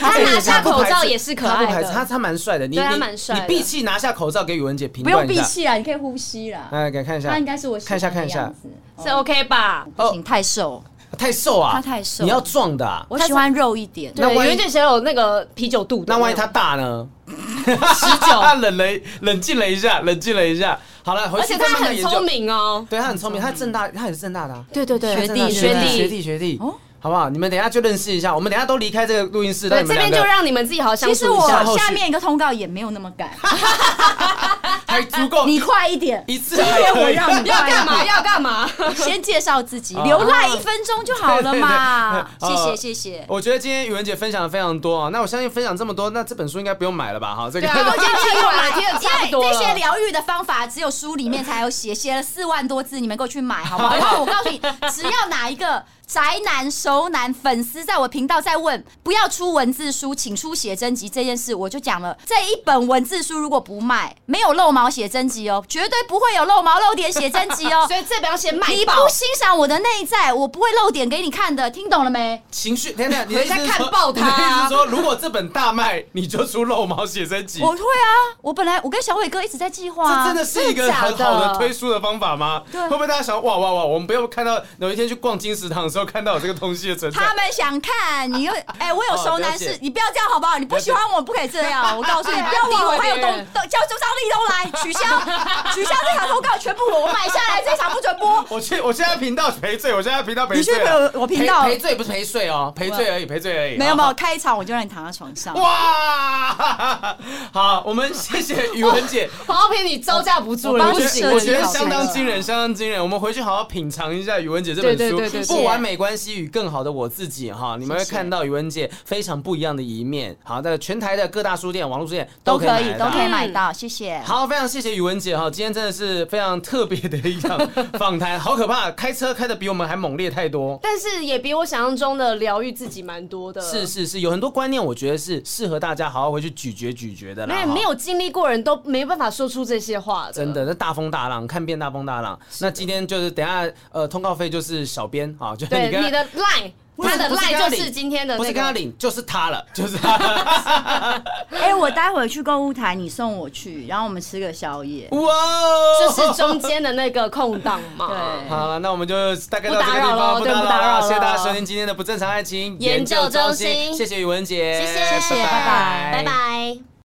他拿下口罩也是可
他不
爱
排斥他
的，
他蛮帅的，你
对他
你
蛮帅的
你闭气拿下口罩给宇文姐评
不用
断一
闭
下，
气啊哎啦，你可以呼吸啦。
来给看一下，
他应该是我喜
看一下
欢的
看一下
样，子哦
是 OK 吧？
不行，太瘦，
太瘦啊，
他太瘦
你要壮的啊，
我喜欢肉一点。
那
对，
万一
有一点想有那个啤酒肚的
那
种。
万一他大呢？十九， 冷了一，冷静了一下，冷静了一下。好了，回
而
去
且
再
他
慢慢
很
研究
聪，明哦。
对他很聪明，他正大，他也是正大的啊。
对对对，
他正大
学弟
学弟学弟
哦，
好不好？你们等一下就认识一下，我们等一下都离开这个录音室，
对
让你
这
们两
边就
个
让你们自己好好相
其实
处一下。
我下面一个通告也没有那么 赶，
呃
还足够
你快一 点，
一次
今
还可以
天我让你
要
快一点
干嘛？要干嘛？
先介绍自己，
哦
留赖一分钟就好了 嘛。
对
谢
对对
谢谢谢。
我觉得今天宇文姐分享的非常多啊，那我相信分享这么多，那这本书应该不用买了吧？哈，这个
对 啊，
哦
我已经听完了，听的差不
因
多
为这些
了。
疗愈的方法只有书里面才有写，写了四万多字，你们给我去买好不好？然后我告诉你，只要哪一个宅男、熟男粉丝在我频道在问不要出文字书，请出写真集这件事，我就讲了，这一本文字书如果不卖，没有漏毛写真集哦，绝对不会有漏毛漏点写真集哦。
所以这边要先卖
你
爆，
不欣赏我的内在，我不会漏点给你看的，听懂了没？
情绪，等等，你的意思是
回家
说
看爆他啊
你的意思是说，如果这本大卖，你就出漏毛写真集？
我会啊，我本来我跟小伟哥一直在计划、
这
啊，
真的是一个很
真的假
好
的
的推书的方法吗？
对
会不会大家想哇哇哇，我们不要看到有一天去逛金石堂的时候看到有这个东西的存 在？
他们想看你又哎、我有熟男
哦
是
了解，
你不要这样好不好？你不喜欢我不可以这样，我告诉你，
对啊
不要忘了，我还有
诋
东
毁别人
东叫周张立东来取消 取消这场通告，全部我买下来，这场不准播。
我去，我现在频道赔罪，我现在频道赔
你去
罪啊
陪
了，
我我频道
赔赔罪不是赔税哦，赔罪而已，赔罪而已。
没有没
好
有，开一场我就让你躺在床上。
哇，好，我们谢谢宇文姐。
黄浩平，你招架不住
我
了，
帮
不
你
行，
设
我
计
觉得
好
相当惊
了
人，相当惊人。我们回去好好品尝一下宇文姐这本书，
对对对对对
不完美关系与更好的我自己》哈，你们会看到宇文姐非常不一样的一面。好，在全台的各大书店、网络书店
都
可以
可
买
以，
得
都
到
可以买到，谢谢。
好，非常谢谢宇文姐哈，今天真的是非常特别的一场访谈，好可怕，开车开的比我们还猛烈太多。
但是也比我想象中的疗愈自己蛮多的。
是是是，有很多观念，我觉得是适合大家好好回去咀嚼咀嚼的啦。
没有
哈
没有经历过人都没办法说出这些话的，
真的，那大风大浪，看遍大风大浪。那今天就是等一下，呃，通告费就是小编啊，就是
对
你跟
你
他
的 line，
不是
他的
不是跟他
line 就
领
是今天的
不是
那
跟他
个。
领，就是他了，就是 他。
哎，我待会去购物台，你送我去，然后我们吃个宵夜。
哇哦，
就是中间的那个空档嘛，
对
好了，那我们就大概到这
不
个
打
地
扰
方，
了
不
对
打
不
扰
打
了。
扰
谢谢大家
了
收听今天的《不正常爱情
研究中
心》，
心
谢谢宇文姐，
谢谢
谢谢拜拜
拜拜。